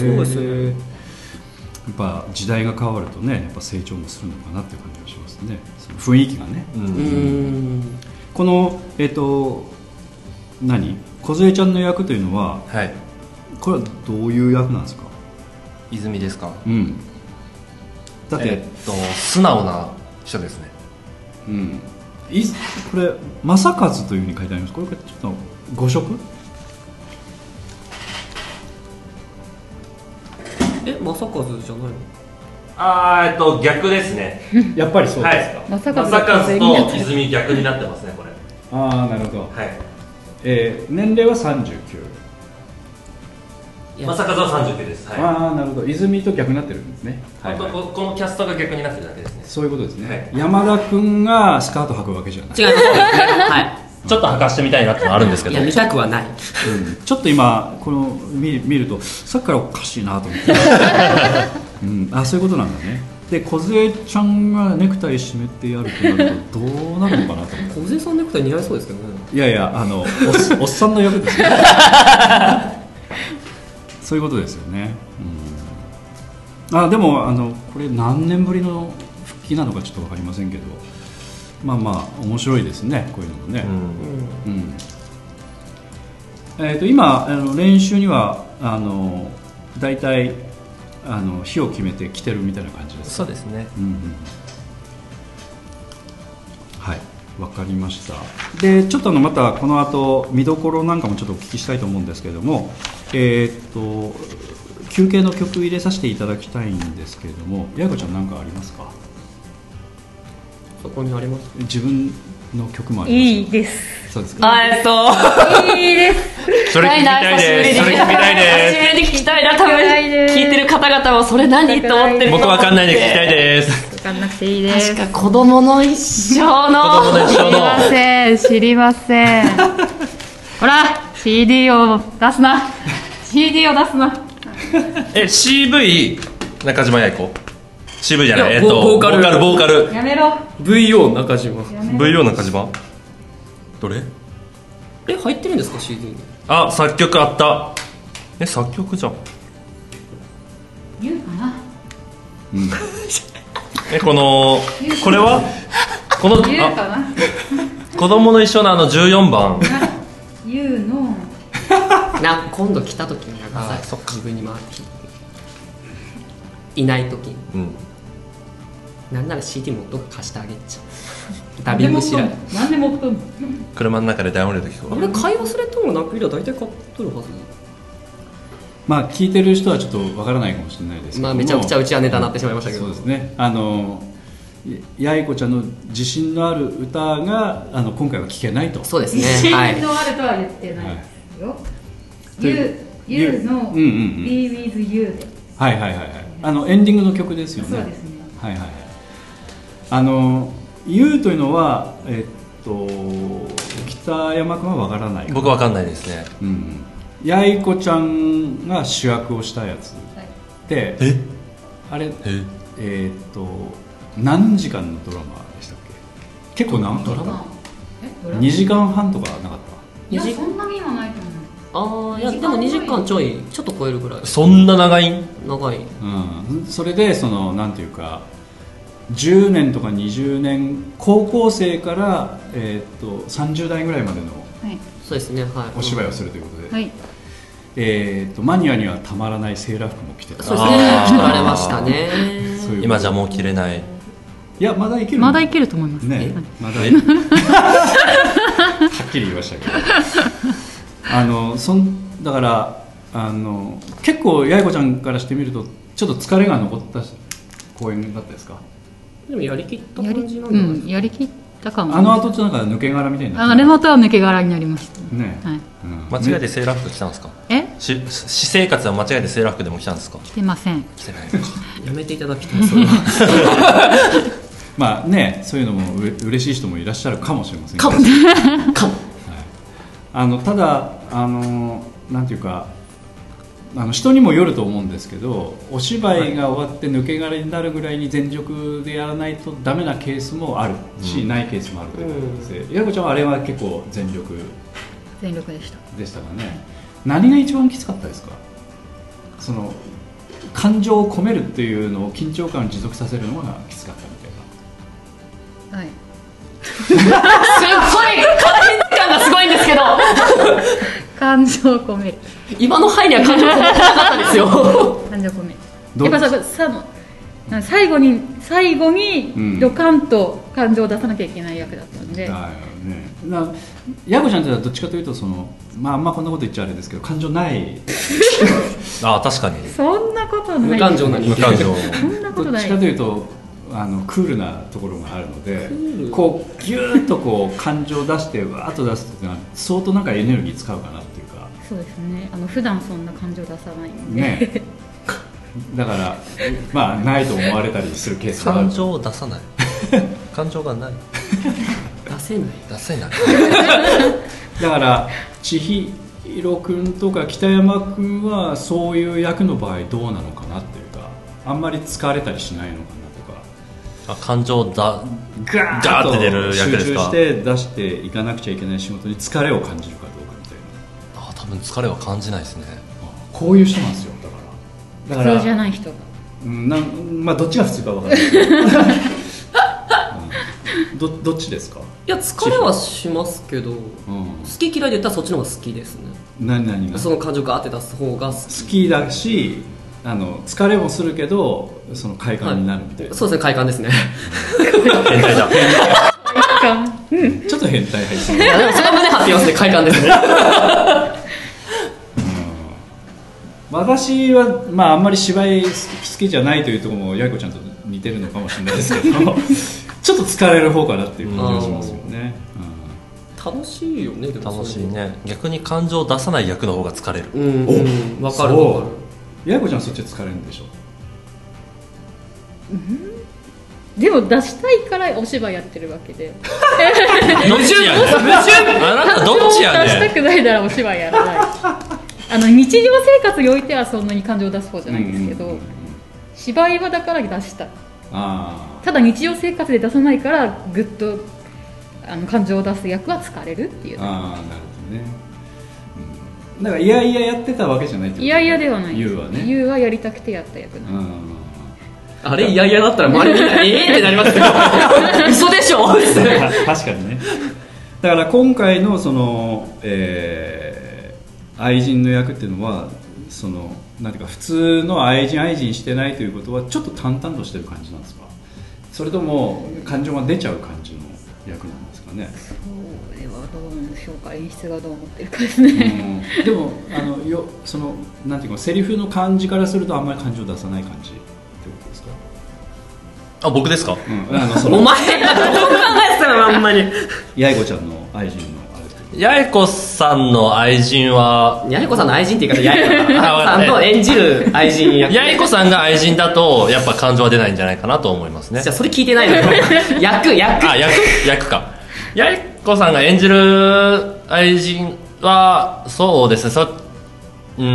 うですねえーやっぱ時代が変わるとねやっぱ成長もするのかなっていう感じがしますねその雰囲気がねううーんんこのえっ、と何梢ちゃんの役というのははいこれはどういう役なんですか泉ですかうんだって、えーっと素直な人ですねうんいこれ正和というふうに書いてありますこれちょっと誤色えまさかずじゃないのあーえっと逆ですねやっぱりそはい正和正和とと泉逆になってますねこれああなるほど、はいえー年齢は39、いや正和は39ですはいああなるほど泉と逆になってるんですねはい、本当ここのキャストが逆になってるだけですねそういうことですね、はい山田君がスカート履くわけじゃない違いますはちょっと履かしてみたいなってのはあるんですいけ いどや見たくはないうんちょっと今この見見るとさっきからおかしいなと思 って、うん、あそういうことなんだねで梢ちゃんがネクタイ締めてやるとなるとどうなるのかなと思って小杉さんネクタイ似合いそうですけどねいやいやあのおっおっさんの役ですねそういうことですよね、うん、あでもあのこれ何年ぶりの復帰なのかちょっと分かりませんけどまあまあ面白いですねこういうのもね、うんうんえー、と今あの練習にはあの大体あの日を決めて来てるみたいな感じですそうですねうんうんうんはいわかりましたでちょっとあのまたこの後見どころなんかもちょっとお聞きしたいと思うんですけれどもえーっと休憩の曲入れさせていただきたいんですけれども八重子ちゃん何かありますかそこにあります自分の曲もあいりいますですそうですかあえっといいですそれ聞きたいですそれ聞きたい久しでぶりに聞きたいな多分聞きたいです聞いてる方々はそれ何と思ってする僕わかんないで聞きたいです分かんなくていいです確か子供の一生の子供の一生知りまのせん知りません ほら CD を出すな CD を出すなえ CV 中島八重子 CV じゃないいえやっとボボーカルボーカルボーカやめろ VO 中島ル VO 中島どれえ入ってるんですか CD にあ作曲あったえ作曲じゃん言うかなえこのこれはこの言うあかな子供の一緒のあの14番言うのな今度来た時に中さいそっか自分に回ってきていない時にうんなんなら CD もどっか貸してあげちゃ うダビングしら何でも送っとんの車の中でダウンロード聞くわ俺買い忘れとるのなくいりゃ大体買っとるはずまあ聞いてる人はちょっとわからないかもしれないですけどもまあめちゃくちゃうちはネタになってしまいましたけどそうですねあのや八重子ちゃんの自信のある歌があの今回は聴けないとそうです自ね信 のはあいるとは言ってないですよ言う言う言うのうんうんうん Be with you ではいはいはいはいあのエンディングの曲ですよねそうですねはいはいはいあの「YOU」というのはえっと北山君はわからない僕わかんないですねうん八重子ちゃんが主役をしたやつはいでえあれええーっと何時間のドラマでしたっけ結構長かっまあえドたラマ2時間半とかなかっいやそんなにはないと思うああいやでも2時間ちょいちょっと超えるぐらいそんな長いん長いた、うん、それでそのなんていうか10年とか20年高校生から、えーっと30代ぐらいまでのはいそうですねはいお芝居居をするということで、はいえーっとマニアにはたまらないセーラー服も着てたそうですねあー聞かれましたねそういうこと今じゃもう着れないいやまだいけるまだいけると思いますねはいまだ はっきり言いましたけどあのそんだからあの結構八重子ちゃんからしてみるとちょっと疲れが残った公演だったですかでもやりきったやり,、感じなんじゃないですうん、かやりきった感はあの後ってなんか抜け殻みたいになってるあれまたは抜け殻になりました、ねはい、うん間違えてセーラー服着たんですかえし私生活は間違えてセーラー服でも着たんですか来てません着てないのかやめていただきたいそれ はまあねそういうのもうれ嬉しい人もいらっしゃるかもしれませんけどかもかもあのただあのなんていうかあの人にもよると思うんですけどお芝居が終わって抜け殻になるぐらいに全力でやらないとダメなケースもあるし、ないケースもあるということです、やこちゃんはあれは結構全力全力でしたでしたかね何が一番きつかったですかその感情を込めるっていうのを緊張感を持続させるのがきつかったみたいなはいすっごい感じ感がすごいんですけど 感情を込める今の範囲には感情がなかったです よ感情を込めるどやうっぱささもなんか最後に最後うんにドカンと感情を出さなきゃいけない役だったんで、だよねなヤコちゃんってのはどっちかというとそのまああんまこんなこと言っちゃあれですけど感情ないああ確かにそんなことない無感情な人無感情そんなどことっなちいかというとあのクールなところがあるのでこうギューッとこう感情を出してわーっと出すっていうのは相当なんかエネルギー使うかなっていうかそうですねあの普段そんな感情出さないんで、ねだからまあないと思われたりするケースがある感情を出さない感情がない出せない出せないだから千尋君とか北山君はそういう役の場合どうなのかなっていうかあんまり疲れたりしないのかあ感情だなとかガガーって出ーッとる集役です中かして出していかなくちゃいけない仕事に疲れを感じるかどうかみたいなあ多分疲れは感じないですねこういう人なんですよだからだ普通かじゃらない人がうんなんまあどっちが普通かわからない けど、うんどどっちですか、いや疲れはしますけど好うん、き嫌いで言ったらそっちの方が好きですね何々がその感情があって出す方が好き好きだしあの疲れもするけどその快感になるみたいな、そうですね快感ですね変 態だちょっと変態ですあでもそれは胸張って言いますね快感ですね 私は、まあ、あんまり芝居好きじゃないというところも八重子ちゃんと似てるのかもしれないです けどちょっと疲れる方かなっていう感じがしますよね、楽しいよねでも楽しいね逆に感情を出さない役の方が疲れるそれうんうんわかるわか八る重子ちゃんそっちは疲れるんでしょでも出したいからお芝居やってるわ けでどっちやねんあなたどっちや感情を出ねしんたくないならお芝居やらないあの日常生活においてはそんなに感情を出す方じゃないんですけど、うんうんうんうん芝居はだから出したあただ日常生活で出さないからぐっとあの感情を出す役は疲れるっていーうあーなるほどね、うん、だからいやいややってたわけじゃないってこといやいやではない言うわね優はやりたくてやった役 なうんでんあれ嫌々だったら周りみんなええってなりますけど 嘘でし ょ確かにねだから今回のその、えー愛人の役っていうのはそのなんていうか普通の愛人愛人してないということはちょっと淡々としてる感じなんですかそれとも感情が出ちゃう感じの役なんですかね、そうではどうなんでしょうか演出がどう思ってるかですね、でもあのよそのなんていうかセリフの感じからするとあんまり感情出さない感じってことですか、あ僕ですかうん、あのそお 前どうの考 えてたのあんまり八重子ちゃんの愛人のあれって八重子さんの愛人はや重子さんの愛人って言い方や重子さんの演じる愛人役八重子さんが愛人だとやっぱ感情は出ないんじゃないかなと思いますねじゃあそれ聞いて ないのよ役役あ役役か八重子さんが演じる愛人はそうですねそうんう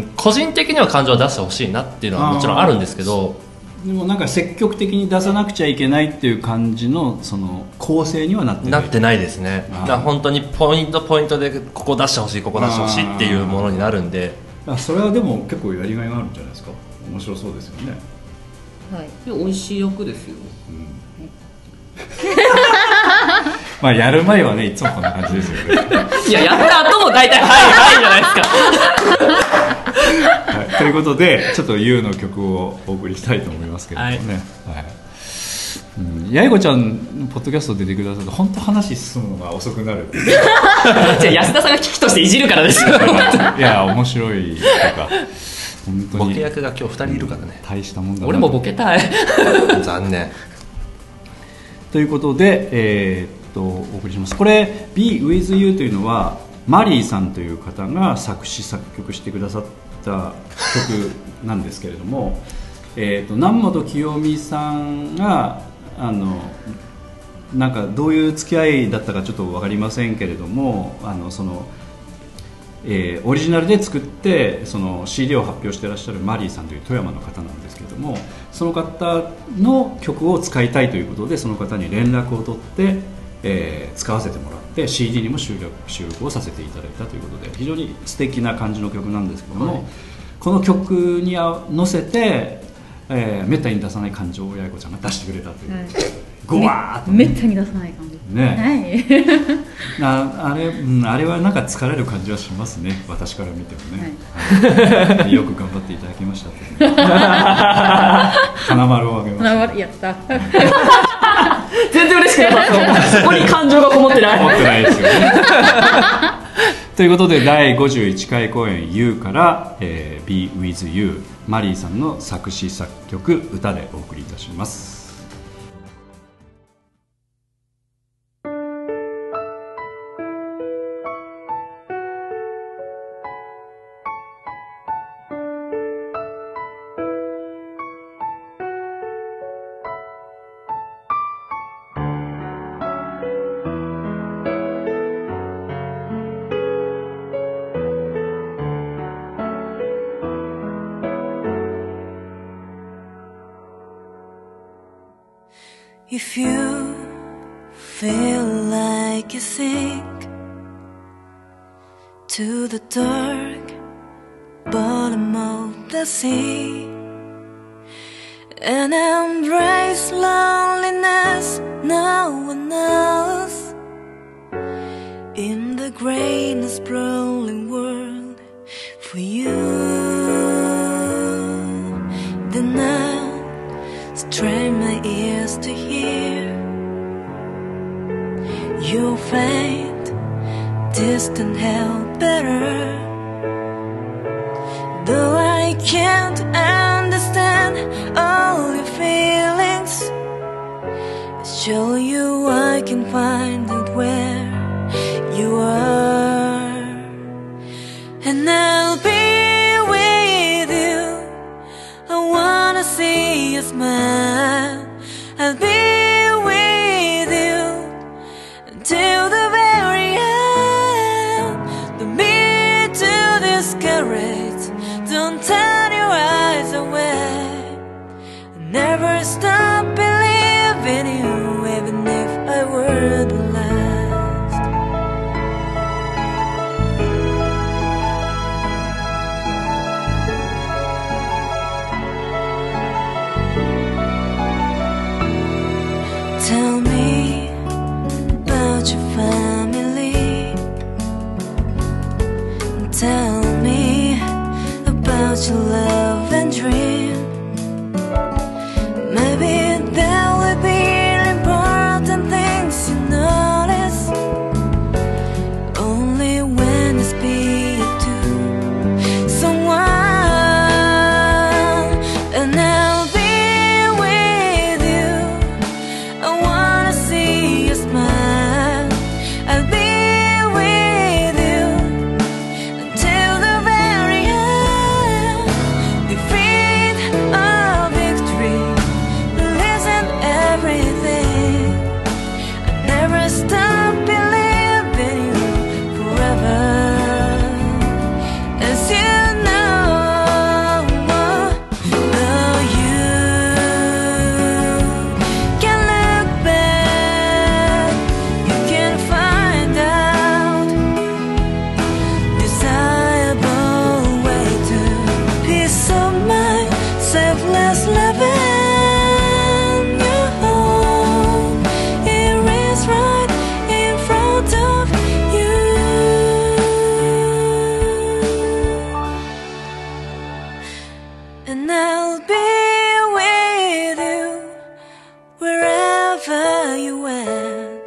ん個人的には感情は出してほしいなっていうのはもちろんあるんですけどでもなんか積極的に出さなくちゃいけないっていう感じのその構成にはなってなないってないですねあーだから本当にポイントポイントでここ出してほしいここ出してほしいっていうものになるんであそれはでも結構やりがいがあるんじゃないですか面白そうですよね、はい美味しい役ですようん、まあやる前はねいつもこんな感じですよね、いややった後も大体はいはいじゃないです かはい、ということでちょっと YOU の曲をお送りしたいと思いますけれどもね、はいうん、八重子ちゃんポッドキャスト出てくださると本当話進むのが遅くなる っていうじゃあ安田さんが危機としていじるからですよいや面白いとか本当ボケに役が今日2人いるからね大したもんだな 俺もボケたい残念ということで、えーっとお送りしますこれ「BeWithYou」というのはマリーさんという方が作詞作曲してくださった曲なんですけれども えーっと南本清美さんがあのなんかどういう付き合いだったかちょっと分かりませんけれどもあのその、えーオリジナルで作ってその CD を発表してらっしゃるマリーさんという富山の方なんですけれどもその方の曲を使いたいということでその方に連絡を取って、えー使わせてもらって CD にも収録収録をさせていただいたということで非常に素敵な感じの曲なんですけども、この曲にあ乗せて、えーめったに出さない感情を八重子ちゃんが出してくれたという、はいゴワーッとめったに出さない感じねはい ああれ、うん、あれはなんか疲れる感じはしますね私から見てもね、はい よく頑張っていただきましたっていうね 花丸をあげましたあやった全然嬉しくなかったそこに感情がこもってない思ってないですよねということで第51回公演「YOU」から「えー BeWithYou」マリーさんの作詞作曲歌でお送りいたします「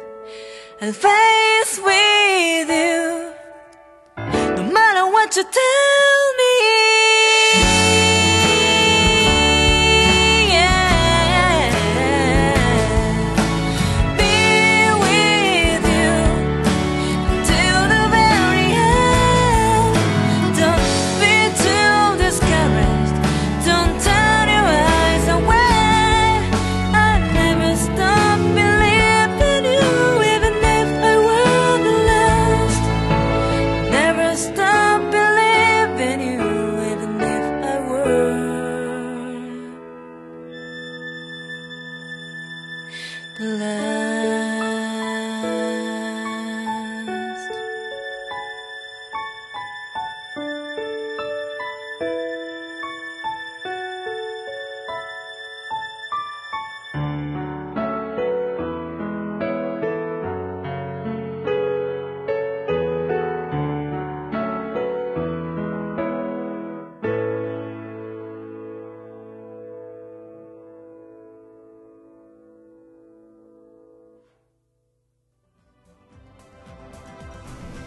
No matter what you tell me」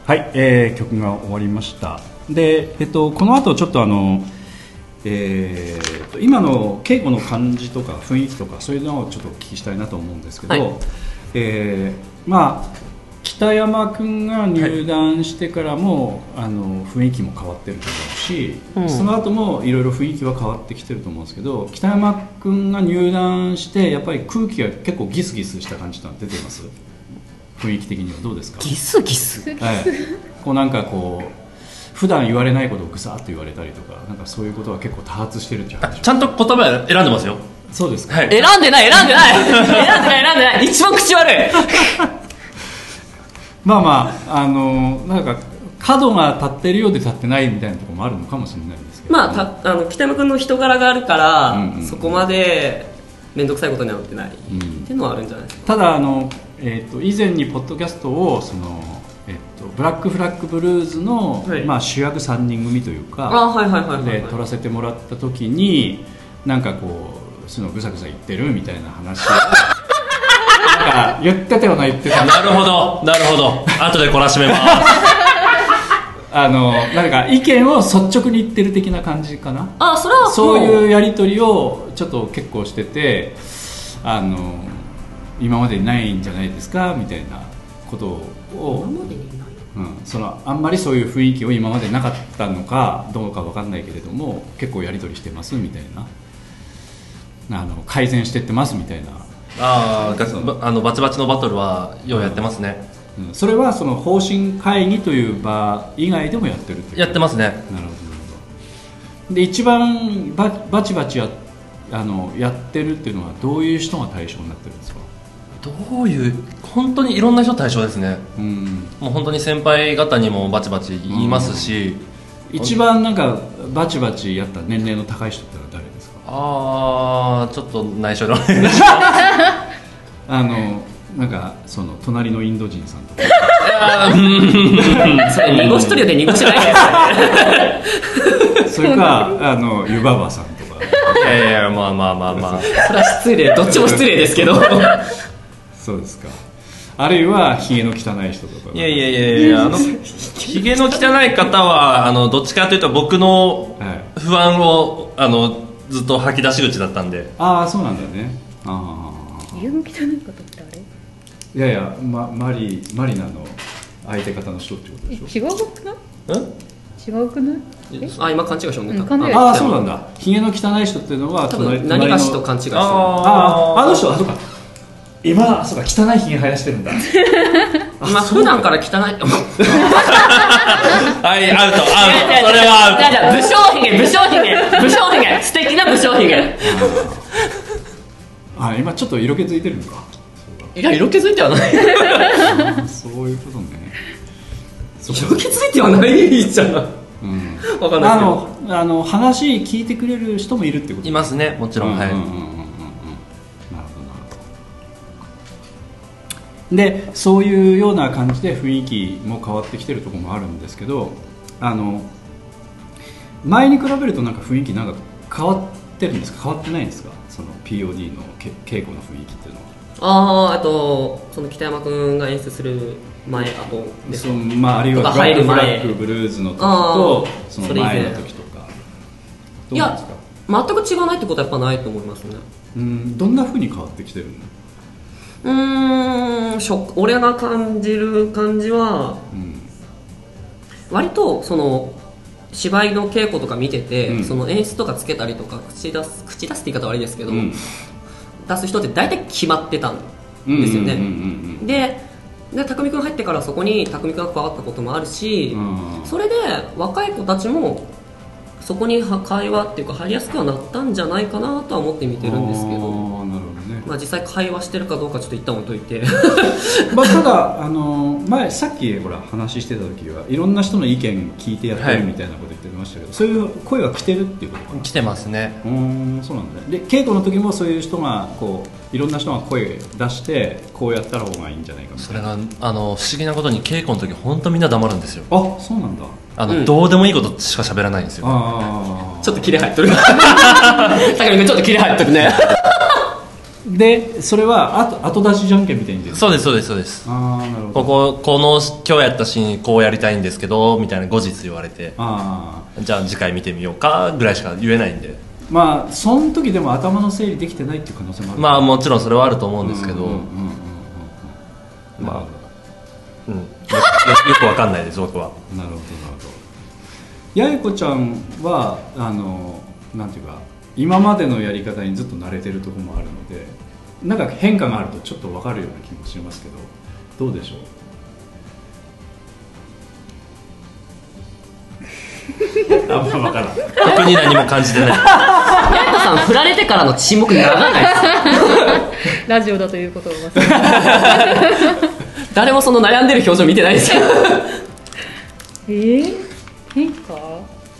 はい、えー曲が終わりましたで、えっと、この後ちょっとあの、えー今の稽古の感じとか雰囲気とかそういうのをちょっとお聞きしたいなと思うんですけど、はいえーまあ北山君が入団してからも、あの雰囲気も変わってると思うし、うんその後もいろいろ雰囲気は変わってきてると思うんですけど北山君が入団してやっぱり空気が結構ギスギスした感じってのは出てます雰囲気的にはどうですかギスギスはい、こうなんかこう普段言われないことをぐさっと言われたりとかなんかそういうことは結構多発してるってあ話ちゃんと言葉選んでますよそうですか、はい選んでない選んでない選んでない選んでない一番口悪いまあまああのなんか角が立ってるようで立ってないみたいなところもあるのかもしれないんですけど、まあたあの北山君の人柄があるから、うんうんそこまで面倒くさいことにはなってない、っていうのはあるんじゃないですかただあの、えっと以前にポッドキャストをその、えっとブラックフラッグブルーズの、はいまあ、主役3人組というかあはいはいはいはいはいで撮らせてもらった時になんかこうそういうのぐさぐさ言ってるみたいな話をなんか言ってたような言ってたようななるほどなるほど後で懲らしめ ますあのなんか意見を率直に言ってる的な感じかなあそれはそういううやり取りをちょっと結構しててあの今までにないんじゃないですかみたいなことを、うん、そのあんまりそういう雰囲気を今までなかったのかどうかわかんないけれども結構やり取りしてますみたいなあの改善してってますみたいな、あーがあのバチバチのバトルはようやってますねうん、それはその方針会議という場以外でもやってるってことやってますねなるほどなるほどで一番ババチバチやあのやってるっていうのはどういう人が対象になってるんですかどういう本当にいろんな人対象ですねうんもう本当に先輩方にもバチバチ言いますし、一番なんかバチバチやった年齢の高い人ってのは誰ですかああちょっと内緒 であのなんかその隣のインド人さんとかそれ濁しとるよね濁してないですそれ かあの湯婆婆さんとかいやいやまあまあまあまあ それは失礼どっちも失礼ですけどそうですかあるいはひげの汚い人とかいやいやいやいやあのひげの汚い方はあのどっちかというと僕のはい、不安をあのずっと吐き出し口だったんでああそうなんだねああ家の汚いことってあれいやいや、ま、マリマリナの相手方の人ってことでしょ違うくないん違うくないえあ今勘違いしようねうん勘違 いああそうなんだひげの汚い人っていうのは多隣分何かしと隣の勘違いしてるああああの人はそうか今そうか汚いひげ生やしてるんだ まあ普段から汚いはいアウトアウトそ違う違う違 うれはアウ違う違う武将髭武将髭武将髭素敵な武将髭あ今ちょっと色気づいてるの かいや色気づいては ない色そういうことねそう気づいてはないじゃんわうんかんないあですけどのあの話聞いてくれる人もいるってことトいますねもちろん、はい、うんうんうんうんうんなるほどなるほどでそういうような感じで雰囲気も変わってきてるところもあるんですけどあの前に比べるとなんか雰囲気なんか変わってるんですか変わってないんですかその POD のけ稽古の雰囲気っていうのはあああとその北山君が演出する前あとですそのまあ、あるいはとブかラック入るフラ前ックブルーズの時あとーそのそれ以前前の時とかどいうなんでやすか全く違わないってことはやっぱないと思いますねうんどんなふうに変わってきてるのうーんしょ俺が感じる感じはうん割とその芝居の稽古とか見てて、うんその演出とかつけたりとか口出す口出すって言い方悪いですけど、うん出す人って大体決まってたんですよね、うんうんうんでで匠君入ってからそこに匠君が加わったこともあるし、うんそれで若い子たちもそこには会話っていうか入りやすくはなったんじゃないかなとは思って見てるんですけあどーなるほどねまあ、実際会話してるかどうかちょっと一旦置いといて まあ、ただ、あの前さっきほら話してた時はいろんな人の意見聞いてやってはるいみたいなこと言ってましたけど、そういう声は来てるっていうことかな来てますねうーんそうなんだねで稽古の時もそういう人がこういろんな人が声出してこうやった方がいいんじゃないかみたいそれながあの不思議なことに稽古の時本当みんな黙るんですよあそうなんだあの、うんどうでもいいことしか喋らないんですよあ ちょっとキレ入っとる匠君ちょっとキレ入っとるねあでそれは後後出しじゃんけんみたいに出るそうですそうですそうですああなるほこどここの今日やったシーンこうやりたいんですけどみたいな後日言われてあじゃあ次回見てみようかぐらいしか言えないんでーまあその時でも頭の整理できてないっていう可能性もあるまあうもちろんそれはあると思うんですけど、んうんうんうんまあうんよよよくわかんないです僕はなるほどなるほど八重子ちゃんはあのなんていうか今までのやり方にずっと慣れてるところもあるのでなんか変化があるとちょっとわかるような気もしますけどどうでしょうあんま分からん特に何も感じて ないやっぱさん振られてからの沈黙長ないですラジオだということを忘れて誰もその悩んでる表情見てな いですよえー、変化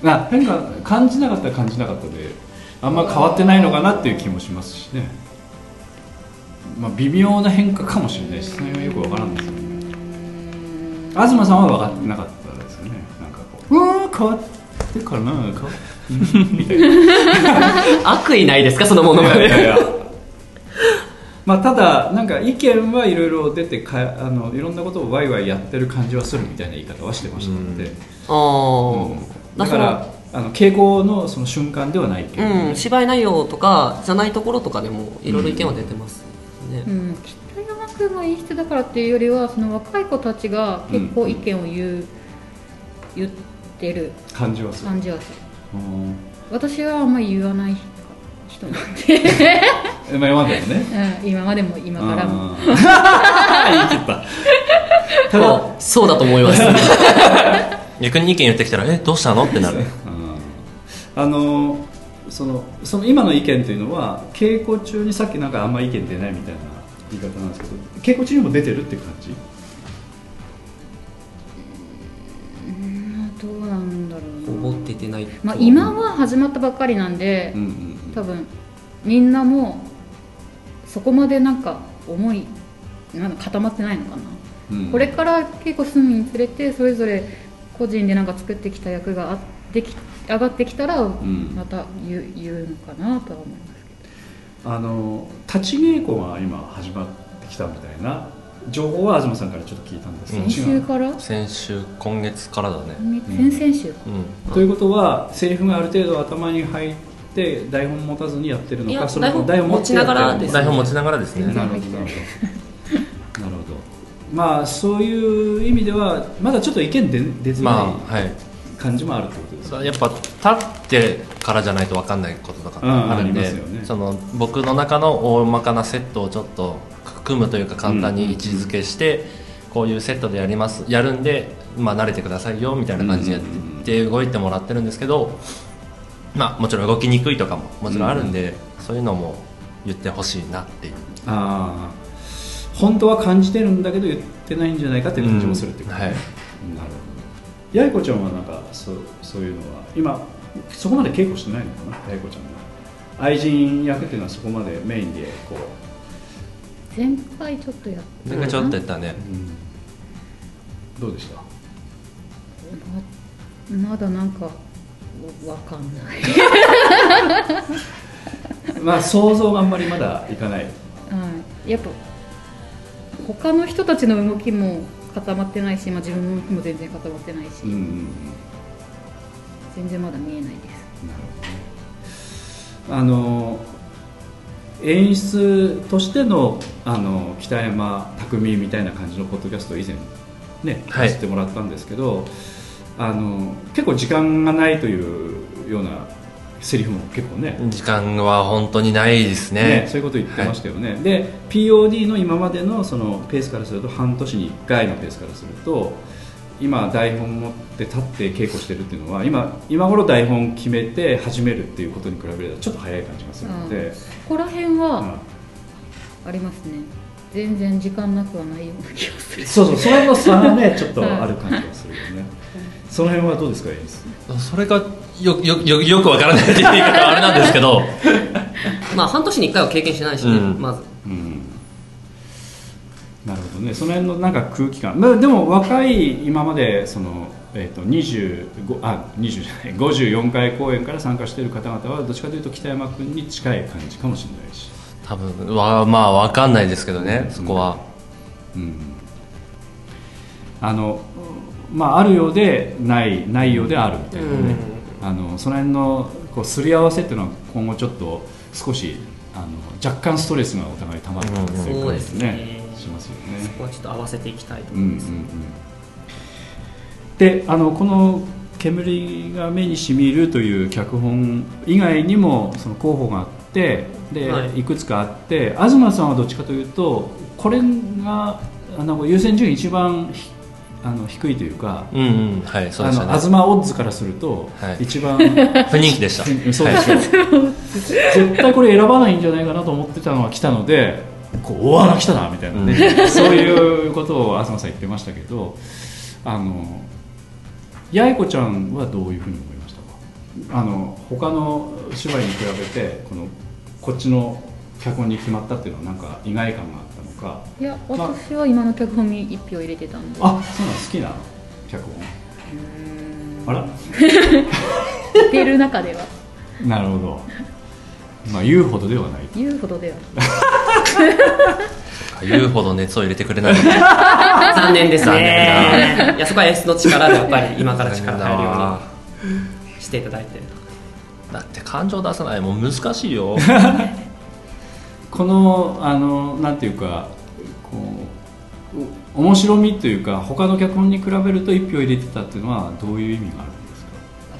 あ変化感じなかったら感じなかったであんま変わってないのかなっていう気もしますしねまあ微妙な変化かもしれないしその辺はよくわからんですよね東さんは分かってなかったですよねなんかこううわー変わってるかな変わうんみたいない悪意ないですかそのものまやいやいでやまあただなんか意見はいろいろ出てかあのいろんなことをワイワイやってる感じはするみたいな言い方はしてましたので、ああ、だからあの傾向のその瞬間ではないけど、うん、芝居内容とかじゃないところとかでもいろいろ意見は出てます、うねん、北山君が演出だからっていうよりはその若い子たちが結構意見を言う、言ってる感じはする感じはするうん私はあんまり言わない人なんで、えまあ、読まんでもね。うん、 今までも今からもうん 言い切った。ただ、あそうだと思います逆に意見言ってきたらえどうしたのってなるうんあのそのその今の意見というのは稽古中にさっきなんかあんま意見出ないみたいな言い方なんですけど、稽古中にも出てるって感じ。うんどうなんだろうな、思っててないとまあ、今は始まったばっかりなんで、うんうん多分みんなもうそこまでなんか思いなんか固まってないのかな、うん。これから稽古進むにつれてそれぞれ個人でなんか作ってきた役があでき上がってきたらんまた言う,、言うのかなとは思いますあの立ち稽古が今始まってきたみたいな情報は東さんからちょっと聞いたんですけど、うん先週違う。から、先週今月からだね先々週うんということはセリフがある程度頭に入って台本持たずにやってるのいか、やそれとも台本持ってやってるのか持ちながらです台本持ちながらですねなるほどなるほどなるほどまあそういう意味ではまだちょっと意見出出づらまあはいい感じもあるってことですそか、うやっぱ立ってからじゃないと分かんないこととかうんあるんで、ありますよねその僕の中の大まかなセットをちょっと組むというか簡単に位置づけして、こういうセットでやりますやるんで、まあ、慣れてくださいよみたいな感じでやうんうんうんって動いてもらってるんですけど、まあ、もちろん動きにくいとかももちろんあるんで、そういうのも言ってほしいなっていうああ本当は感じてるんだけど言ってないんじゃないかっていう感じもするってこと、うんはいなるほど八重子ちゃんはなんかそうそういうのは今そこまで稽古してないのかな八重子ちゃんは愛人役っていうのはそこまでメインでこう、前回ちょっとやってなんかちょっと言ったね、どうでしたままだなんかわかんな いまあ想像があんまりまだいかないはいやっぱ他の人たちの動きも固まってないし、まあ、自分の動きも全然固まってないし、うんうんうん全然まだ見えないですなるほどねあの演出としてのあの北山匠みたいな感じのポッドキャストを以前ねはいさせてもらったんですけど、あの結構時間がないというようなセリフも結構ね,、時間は本当にないですねねそういうこと言ってましたよね、で POD の今までのそのペースからすると半年に1回のペースからすると今台本持って立って稽古してるっていうのは今今頃台本決めて始めるっていうことに比べるとちょっと早い感じがするので、ここら辺うはんありますね全然時間なくはないような気がするそうそうそれの差がねちょっとある感じがするよね、その辺はどうですか演出それがよよよよくわからないっていう言い方はあれなんですけ どまあ半年に1回は経験してないしね、うんまずうんなるほどねその辺のなんか空気感まあでも若い今までその、えー、と25あ20じゃない54回公演から参加している方々はどっちかというと北山君に近い感じかもしれないし多分わまあ分かんないですけどね、そこは、うんあのまああるようでないないようであるみたいなね、あのその辺のこうすり合わせっていうのは今後ちょっと少しあの若干ストレスがお互い溜まるっていうそう感でじすね,、ねしますよねそこはちょっと合わせていきたいとう思んういんうまんす、であのこの「煙が目にしみる」という脚本以外にもその候補があってで、はいい、くつかあって東さんはどっちかというとこれがあの優先順位一番ひあの低いというか。うんうん、はい、そうあでのしたね東、オッズからすると、はい一 番不人気でした、うんそうですよ、絶対これ選ばないんじゃないかなと思ってたのが来たのでこう大穴来たなみたいなね、そういうことを東さん言ってましたけどあの八重子ちゃんはどういうふうに思いましたかあの他の芝居に比べてこのこっちの脚本に決まったっていうのはなんか意外感があったのかいやまあ私は今の脚本に1票入れてたんであそうなん好きな脚本あら知ってる中ではなるほど。まあ言うほどではない。言うほどでは言うほど熱を入れてくれない、残念です残念ねいやそこは演出の力でやっ ぱり今から力入る残念だよわうにしていただいてだって感情出さない、もう難しいよ、このあのなんていうかこうお面白みというか他の脚本に比べると一票入れてたっていうのはどういう意味があるんですか。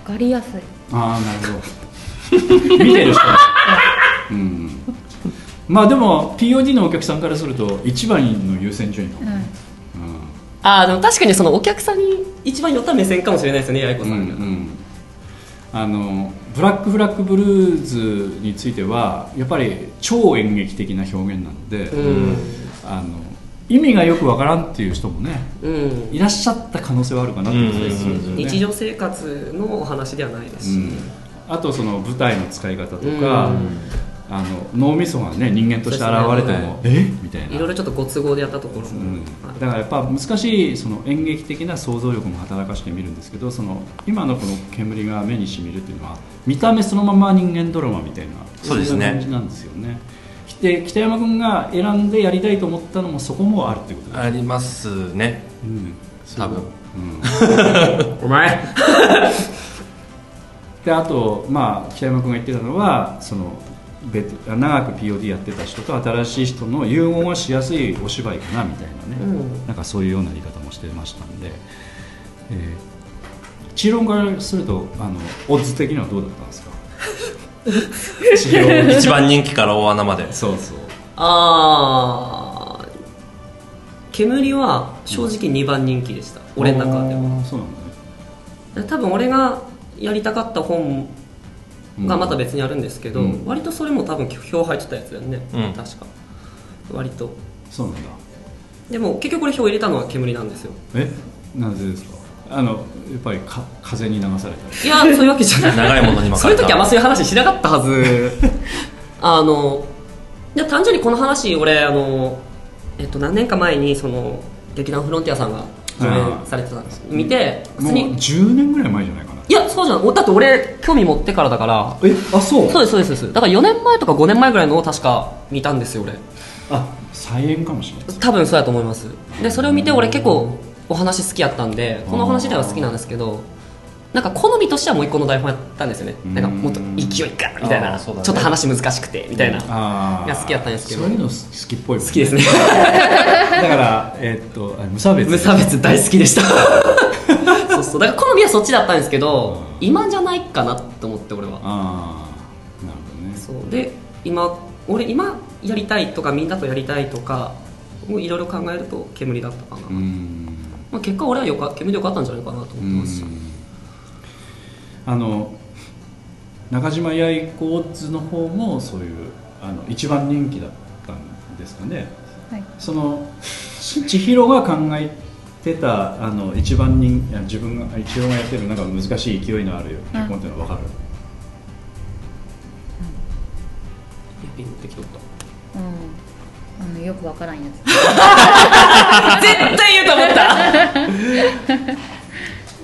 分かりやすいああなるほど。 見てる人。うん。まあでも POD のお客さんからすると一番の優先順位の。うんああでも確かにそのお客さんに一番寄った目線かもしれないですね八重子うさんうんが、んあのブラック・フラッグ・ブルーズについてはやっぱり超演劇的な表現なので、うんあの意味がよくわからんっていう人もねうんいらっしゃった可能性はあるかなって気がするんですよね日常生活のお話ではないですうし、んあとその舞台の使い方とか、あの脳みそがね人間として現れても、えみたいないろいろちょっとご都合でやったところも、うんはいだからやっぱ難しいその演劇的な想像力も働かしてみるんですけどその今のこの煙が目にしみるっていうのは見た目そのまま人間ドラマみたいなそうですねんな感じなんですよねで北山君が選んでやりたいと思ったのもそこもあるってことだ、 ありますね、うんそう多分うんお前であと、まあ、北山君が言ってたのはそのベテ長く POD やってた人と新しい人の融合がしやすいお芝居かなみたいなね、なんかそういうような言い方もしてましたんで、えー、チーロンからするとあのオッズ的にはどうだったん ですかチーロン一番人気から大穴まで、そうそうああ煙は正直2番人気でした、俺の中ではあーそうなんだね多分俺がやりたかった本うんがまた別にあるんですけど、うん割とそれも多分票入ってたやつだよね、うん確か割とそうなんだでも結局これ票入れたのは煙なんですよえなぜですかあのやっぱりか風に流されたりいやそういうわけじゃない長いものに巻かそういれう時はあんまた、そういう話しなかったはず あのいや単純にこの話俺あの、えっと、何年か前にその劇団フロンティアさんが上演されてたんです見て普もう通に10年ぐらい前じゃないかないやそうじゃんだって俺興味持ってからだからえあそうそうですそうですそうですだから4年前とか5年前ぐらいのを確か見たんですよ俺あ再演かもしれない多分そうやと思いますでそれを見て俺結構お話好きやったんでこのお話では好きなんですけどなんか好みとしてはもう一個の台本やったんですよねなんかもっと勢いがみたいな、あーちそょうっだねと話難しくてみたいな好あーが好きやったんですけどそういうの好きっぽい好きですね だから、えーっとあ無差別無差別大好きでしたそうそうだから好みはそっちだったんですけどうん今じゃないかなと思って俺はああなるほどねそうで今俺今やりたいとかみんなとやりたいとかもういろいろ考えると煙だったかな、うーんまあ、結果俺はよか煙でよかったんじゃないかなと思ってうーますしんあの中島八重子オッズの方もそういうあの一番人気だったんですかねはいそのち千尋が考えてたあの一番人いや自分が一応がやってるなんか難しい勢いのある脚本っていうのは分かる、ピンってきとったうんあのよくわからんやつ絶対言うと思っ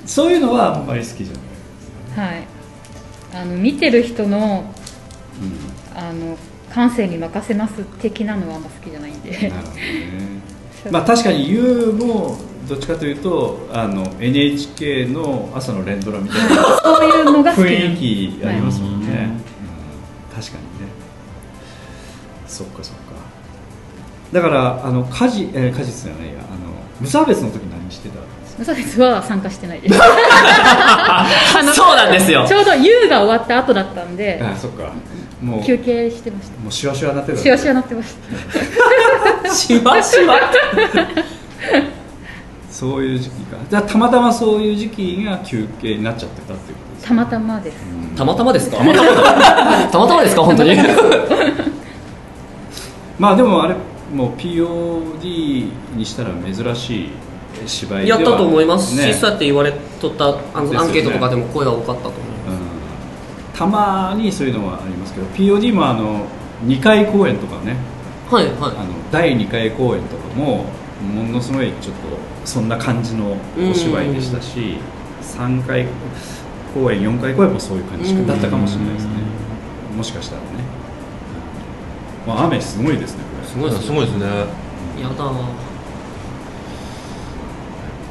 たそういうのはあんまり好きじゃないはい、あの見てる人の,、あの感性に任せます的なのはあんま好きじゃないん でなるほどねまあ、確かに YOU もどっちかというとあの NHK の朝の連ドラみたいなそういうのが好きな 雰んで囲気ありますもんね、うん確かにねそっかそっかだからあの家事えー家事じゃないやあの無差別の時何してたんです無差別は参加してな いですそうなんですよちょうど U が終わった後だったんでかあそっかもう休憩してましもうシワシワになってたたシワシワなってまししわしわそういう時期かじゃあたまたまそういう時期が休憩になっちゃってたっていうことでたすたまたまですたまたまですかたまたまだたまたまですか本当にまあでもあれもう POD にしたら珍しい芝居でやっはたと思いますし、ねそうやって言われとったあですよのねアンケートとかでも声は多かったと思ううんたまにそういうのはありますけど POD もあの2回公演とかねはいあはの第2回公演とかもものすごいちょっとそんな感じのお芝居でしたし3回公演4回公演もそういう感じだったかもしれないですねもしかしたらね、まあ、雨すごいですねこれすごいですねすごいですねいやだ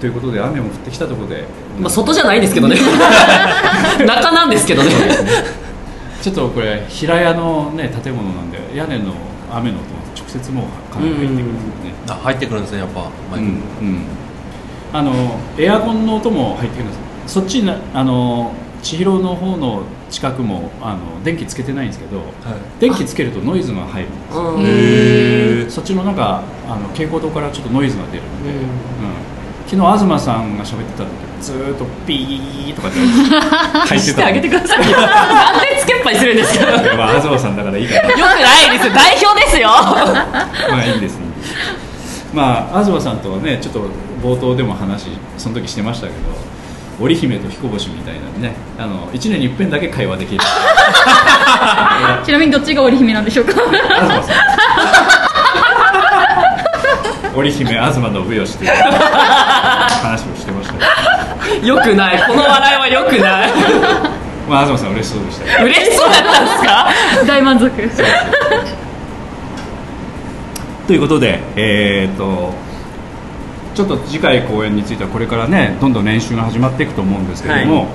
ということで雨も降ってきたところで、まあ外じゃないですけど ね中なんですけどねちょっとこれ平屋の、ね、建物なんで屋根の雨の音が直接もうかなり入ってくるんですよね、あ入ってくるんですねやっぱマイク、うん、あのエアコンの音も入ってくるんですそっちになあの千尋の方の近くもあの電気つけてないんですけど電気つけるとノイズが入るうんへえそっちのなんかあの蛍光灯からちょっとノイズが出るので、うんうん昨日東さんが喋ってた時ずーっとピーとかって入って してあたげてくだ さいよなんでつけっぱにするんですかよまあ東さんだからいいかなくない ですよ代表ですよ まあいいですね。まあ東さんとはねちょっと冒頭でも話その時してましたけど織姫と彦星みたいなねあの1年に一遍だけ会話できるたちなみにどっちが織姫なんでしょうか 東 さん織姫東信義という話をしてましたけど、よくないこの笑いはよくないまあ、東さん嬉しそうでしたけど嬉しそうだったんですか大満足ということで、えー、とちょっと次回公演についてはこれからねどんどん練習が始まっていくと思うんですけれども、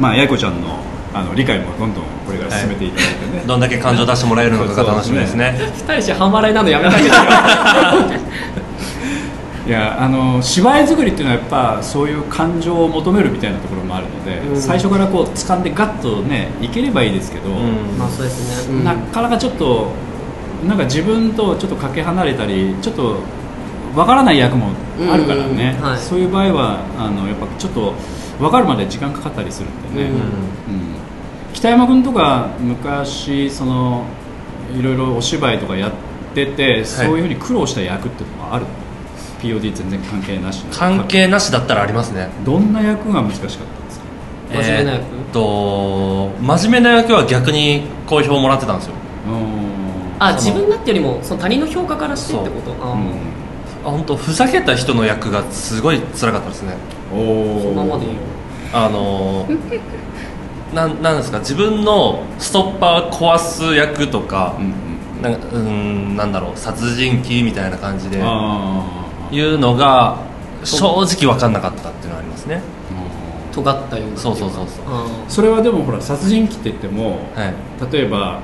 まあ八重子ちゃんのあの理解もどんどんこれから進めていただいてね、どんだけ感情出してもらえるのかが楽しみですね二人して半笑いなのやめたいですよいやあの芝居作りっていうのはやっぱそういう感情を求めるみたいなところもあるので、うん最初からこう掴んでガッとねいければいいですけど、うん まあそうですね、うんなかなかちょっとなんか自分とちょっとかけ離れたりちょっとわからない役もあるからね、うんはいそういう場合はあのやっぱちょっと分かるまで時間かかったりするんでね、うんうん北山君とか昔そのいろいろお芝居とかやってて、そういうふうに苦労した役っていうのはある POD 全然関係なしの関係なしだったらありますねどんな役が難しかったんですか真面目な役えーっと真面目な役は逆に好評もらってたんですようんあ自分だってよりもその他人の評価からしてってことあうんあ本当ふざけた人の役がすごい辛かったですねおーそのままでいいよあの ーなんなんですか自分のストッパー壊す役とかうん、なんかうーんなんだろう殺人鬼みたいな感じうでんあーいうのが正直分かんなかったっていうのはありますねうん尖ったようなそうそうそうそうあそれはでもほら殺人鬼って言ってもはい例えば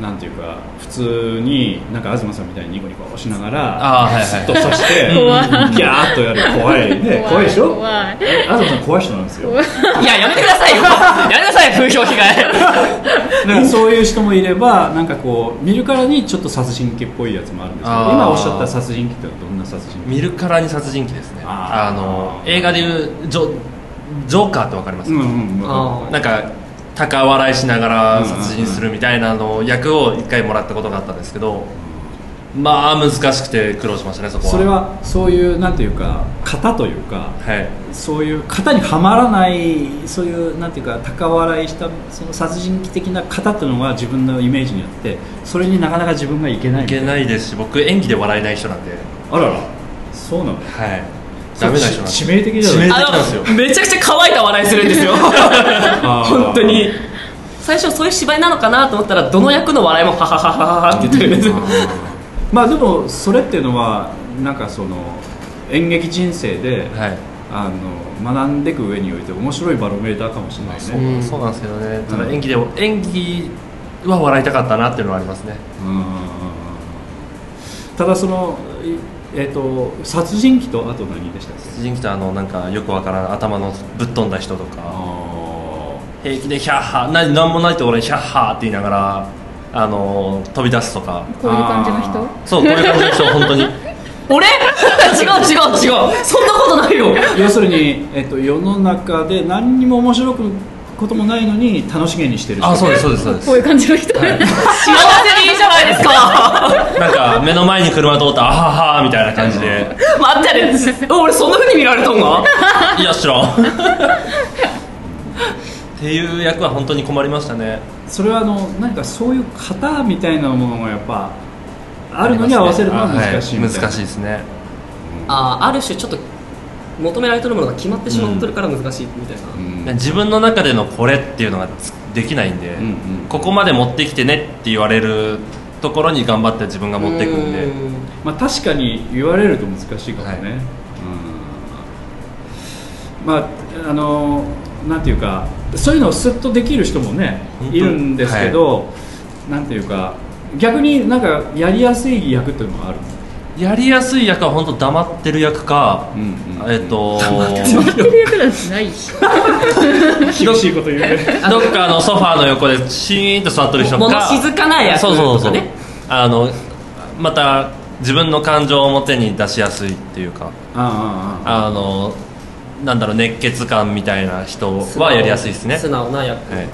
なんていうか普通になんか東さんみたいにニコニコしながらあーはいスッはと刺して 怖いギャーッとやる怖いね怖いでしょ怖いえ東さん怖い人なんですよ怖いーいややめてくだ さいよやめてください風評被害なんかそういう人もいればなんかこう見るからにちょっと殺人鬼っぽいやつもあるんですけどあー今おっしゃった殺人鬼ってのはどんな殺人い鬼見るからに殺人鬼ですねあーあの映画でいうジョジョーカーって分かりますうんか、うんうんあなんか高笑いしながら殺人すうんうんうるみたいなの役を一回もらったことがあったんですけどまあ難しくて苦労しましたねそこはそれはそういうなんていうか型というかはいそういう型にはまらないそういうなんていうか高笑いしたその殺人鬼的な型っていうのが自分のイメージにあってそれになかなか自分がいけないいけないですし僕演技で笑えない人なんであららそうなのはいダメな人なんで致命的じゃない致命的なんですよ あのめちゃくちゃ乾いた笑いするんですよあー本当に最初そういう芝居なのかなと思ったらどの役の笑いもハハハハハって言ってるんですよまあでもそれっていうのはなんかその演劇人生で、はいあの学んでいく上において面白いバロメーターかもしれないそうね、なんそうなんですけどね、ただ演技でも演技は笑いたかったなっていうのはありますねうんただその、いえっと殺人鬼とあと何でしたっけ主人公とあのなんかよくわからん頭のぶっ飛んだ人とかあ平気でヒャッハーななんもないって俺にヒャッハーって言いながらあの飛び出すとかこういう感じの人そうこういう感じの人本当に俺 違う違う違うそんなことないよー 要するに、えっと世の中で何にも面白くこともないのに楽しげにしてる人あそうですそうですそうですこういう感じの人、幸せでいいじゃないですかなんか目の前に車通ったらあははみたいな感じで 待ってね俺そんなふうに見られたんがいや知らんっていう役は本当に困りましたねそれはあのなんかそういう型みたいなものがやっぱあるのに合わせるのは難しいみたいな、は難しいですねあーある種ちょっと求められてるものが決まってしまってるから難しいみたいな、うん自分の中でのこれっていうのがつできないんで、うんうんここまで持ってきてねって言われるところに頑張って自分が持っていくんでうんまあ、確かに言われると難しいかもね、はいうんまああのなんていうかそういうのをスッとできる人もね本当いるんですけど、なんていうか逆になんかやりやすい役というのがある、やりやすい役は本当黙ってる役か、えっ、と待ってる役なんてない 厳しいこと言うねどっかのソファーの横でシーンと座ってる人か物静かな役そうそうそう、とかねあのまた自分の感情を表に出しやすいっていうかあああああああのなんだろう熱血感みたいな人はやりやすいですね素直な役はい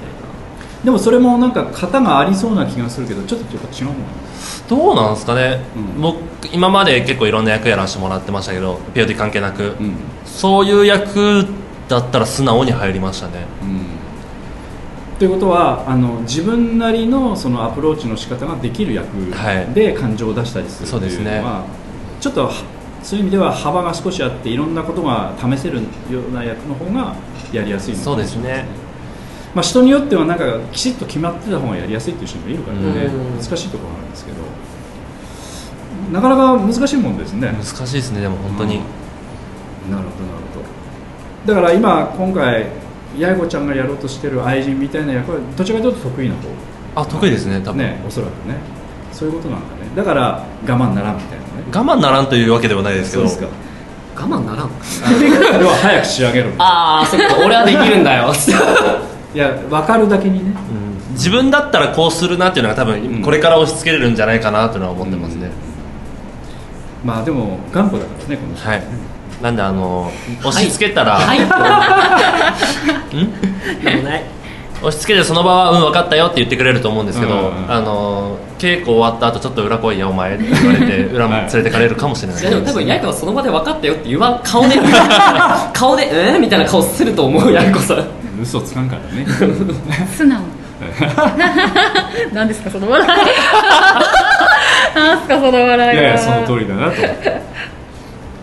でもそれもなんか型がありそうな気がするけどちょっとやっぱ違うもんどうなんですかね、うん僕今まで結構いろんな役やらせてもらってましたけど POD 関係なく、うん、そういう役だったら素直に入りましたねということはあの自分なりのそのアプローチの仕方ができる役はいで感情を出したりするそうとですいうのねは、ちょっとはそういう意味では幅が少しあっていろんなことが試せるような役の方がやりやすいのかそうもでしすれないねまあ、人によってはなんかきちっと決まってた方がやりやすいっていう人もいるからねうん難しいところなんですけどなかなか難しいもんですね難しいですねでも本当に、うんなるほどなるほどだから今今回八重子ちゃんがやろうとしてる愛人みたいな役はどちらかというと得意な方あ得意ですね多分ねおそらくねそういうことなんだねだから我慢ならんみたいなね我慢ならんというわけではないですけそうどですか我慢ならん要は早く仕上げろああそっか俺はできるんだよいや分かるだけにねうん自分だったらこうするなっていうのが多うん分これから押し付けれるんじゃないかなというのは思ってますね、まあでも頑固だからねこの人はいなんであの押し付けたら、はいでもない押し付けてその場は「うん分かったよ」って言ってくれると思うんですけど、うんうんうんあの稽古終わった後ちょっと裏来いやお前」って言われて裏も連れてかれるかもしれないいやでも多分ヤイコはその場で分かったよって言わん顔 で顔でえー、みたいな顔すると思うヤイコさん嘘つかんから ね素直 何ですかその笑い何すかその笑いはいやいやその通りだなと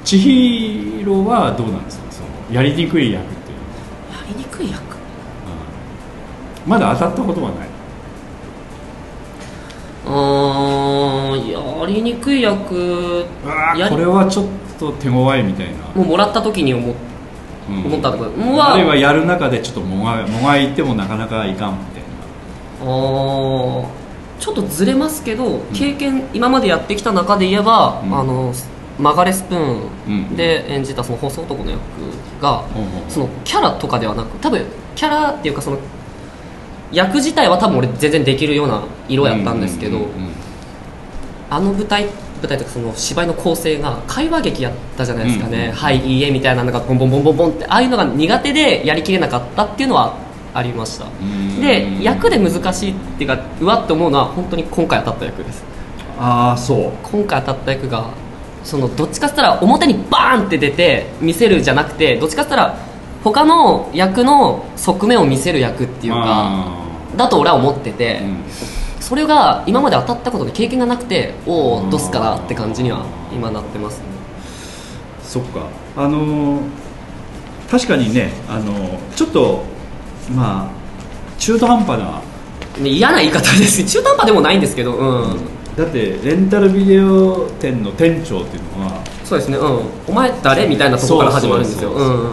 千尋はどうなんですかそのやりにくい役っていうのはやりにくい役まだ当たったことはないうーんやりにくい役うわやーりこれはちょっと手強いみたいな、もうもらった時に思っうん思ったとかうわあるいはやる中でちょっともがもがいてもなかなかいかんみたいなあーちょっとずれますけど、経験今までやってきた中で言えば、うんあの曲がれスプーうんンで演じたその細男の役が、ほうほうそのキャラとかではなく多分キャラっていうかその役自体は多分俺全然できるような色やったんですけど、ううんうんあの舞台舞台とかその芝居の構成が会話劇やったじゃないですかね、うんはいいいえみたいなのがボンボンボンボンボンってああいうのが苦手でやりきれなかったっていうのはありましたんで役で難しいっていうかうわって思うのは本当に今回当たった役ですああそう今回当たった役がそのどっちかっつったら表にバーンって出て見せるじゃなくてどっちかっつったら他の役の側面を見せる役っていうかだと俺は思ってて、それが今まで当たったことで経験がなくておうんおどうすかなって感じには今なってますねそっかあのー確かにねあのーちょっとまあ中途半端なね嫌な言い方 です中途半端でもないんですけどうんだってレンタルビデオ店の店長っていうのはそうですねうんお前誰みたいなとこから始まるんですよそうそうそううん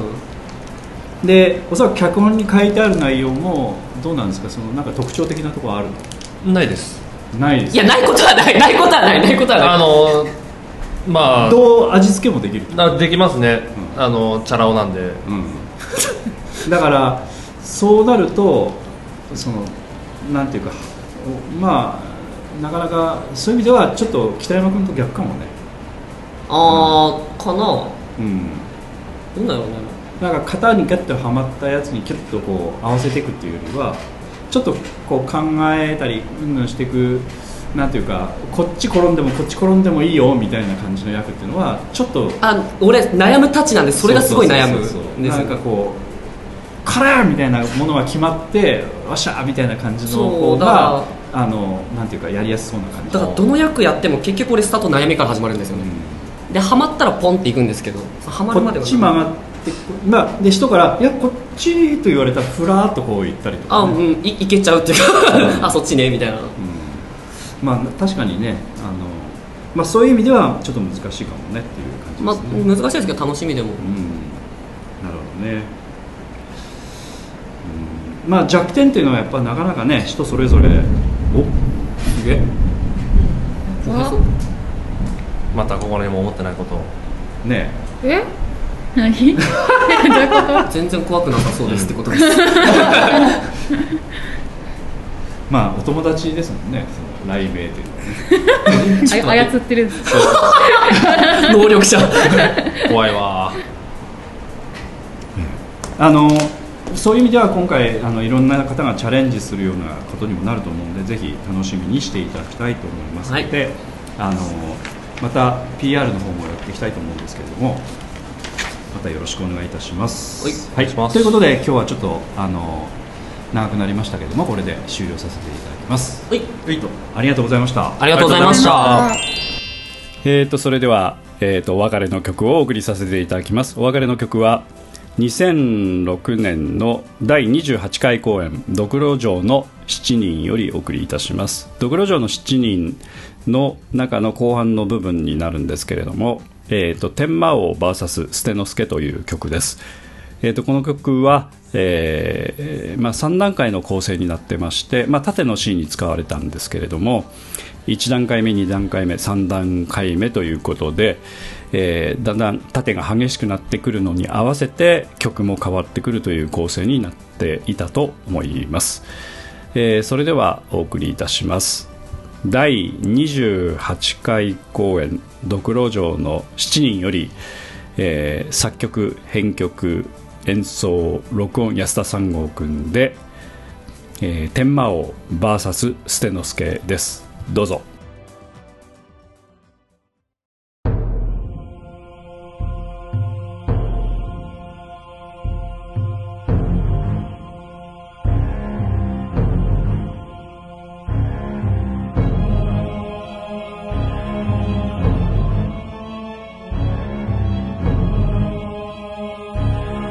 でおそらく脚本に書いてある内容もどうなんですかそのなんか特徴的なところあるのないですないですいやないことはないないことはないないことはないあのまあどう味付けもできるなできますね、うんあのチャラ男なんでうん、だからそうなるとそのなんていうかおまあなかなかそういう意味ではちょっと北山君と逆かもね、あーかなうん、どんなよねなんか型にガッとはまったやつにキュッとこう合わせていくっていうよりはちょっとこう考えたりうんぬんしていくなんていうかこっち転んでもこっち転んでもいいよみたいな感じの役っていうのはちょっとあ俺悩むたちなんでそれがすごい悩むんそうそうそうそうですなんかこう「カラー!」みたいなものが決まって「わっしゃ!」みたいな感じのそ方うだがあのなんていうかやりやすそうな感じだからどの役やっても結局俺スタート悩みから始まるんですよね、でハマったらポンっていくんですけどハマるまでこっはち曲がってまあで人から「いやこっち」と言われたらふらーっとこう言ったりとあかうね、んいいけちゃうっていうか あそっちねみたいなまあ確かにねあの、まあ、そういう意味ではちょっと難しいかもねっていう感じまあですね、難しいですけど楽しみでもうんなるほどね、うんまあ弱点っていうのはやっぱなかなかね人それぞれおすげえまたここにも思ってないことをねえ何どういうこ全然怖くなさそうですってことです、まあお友達ですもんねその雷鳴というのはねとあ操ってるんです能力者怖いわあのそういう意味では今回あのいろんな方がチャレンジするようなことにもなると思うのでぜひ楽しみにしていただきたいと思いますので、あのまた PR の方もやっていきたいと思うんですけれどもまたよろしくお願いいたします。はいお願いしますということで今日はちょっとあの長くなりましたけれどもこれで終了させていただきます。はいありがとうございました。ありがとうございましたえー、とそれでは、えー、とお別れの曲をお送りさせていただきますお別れの曲は2006年の第28回公演「ドクロ城の7人」よりお送りいたしますドクロ城の7人の中の後半の部分になるんですけれども「えー、と天魔王 VS 捨之助」という曲ですえー、とこの曲は、えーまあ、3段階の構成になってまして、まあ、縦のシーンに使われたんですけれども1段階目2段階目3段階目ということで、えーだんだん縦が激しくなってくるのに合わせて曲も変わってくるという構成になっていたと思います、えーそれではお送りいたします第28回公演「独老城の7人」より、えー作曲編曲演奏録音安田三郷くんで「えー天魔王 VS 捨之助」ですどうぞ「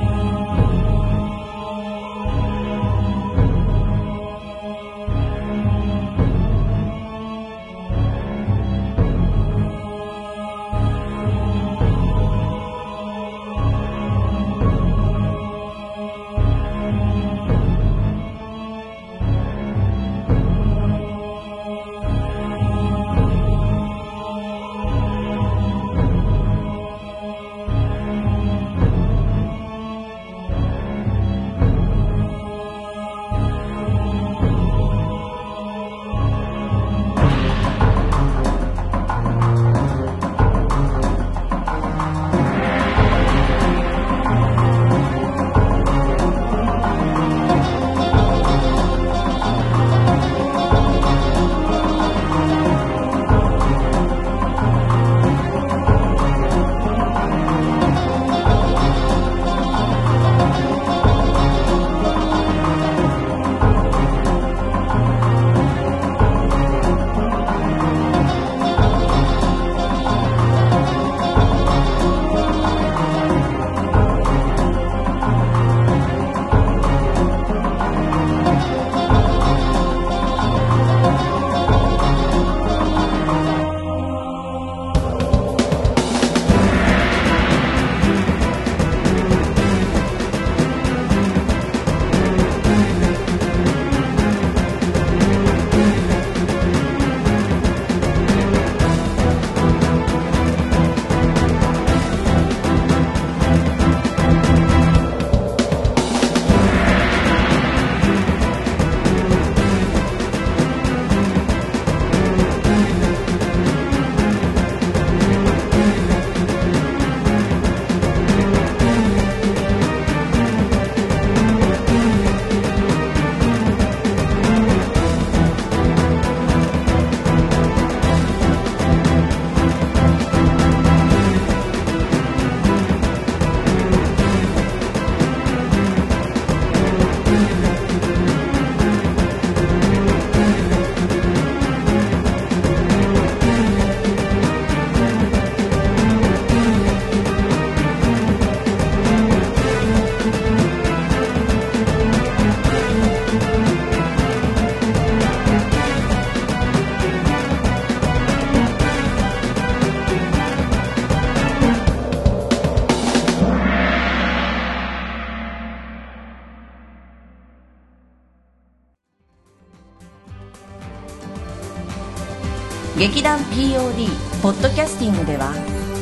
劇団 POD ポッドキャスティングでは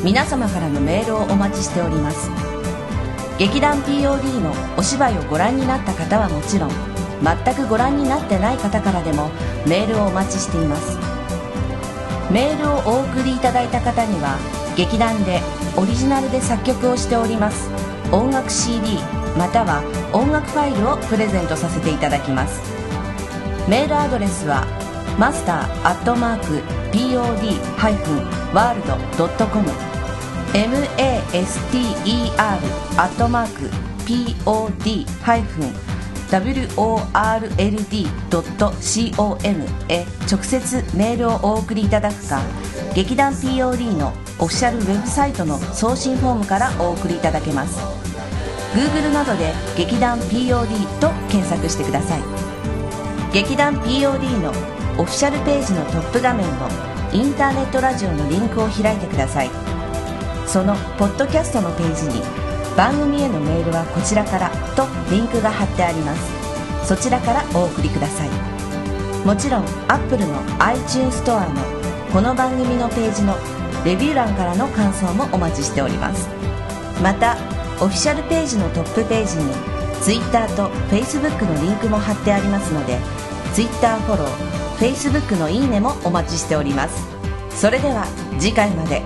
皆様からのメールをお待ちしております劇団 POD のお芝居をご覧になった方はもちろん全くご覧になってない方からでもメールをお待ちしていますメールをお送りいただいた方には劇団でオリジナルで作曲をしております音楽 CD または音楽ファイルをプレゼントさせていただきますメールアドレスはマスターアットマーク POD-world.com master アットマーク POD-world.com へ直接メールをお送りいただくか劇団 POD のオフィシャルウェブサイトの送信フォームからお送りいただけます Google などで「劇団 POD」と検索してください劇団 POD のオフィシャルページのトップ画面のインターネットラジオのリンクを開いてくださいそのポッドキャストのページに番組へのメールはこちらからとリンクが貼ってありますそちらからお送りくださいもちろん Apple の iTunes ストアのこの番組のページのレビュー欄からの感想もお待ちしておりますまたオフィシャルページのトップページに Twitter と Facebook のリンクも貼ってありますので Twitter フォロー Facebook のいいねもお待ちしておりますそれでは次回まで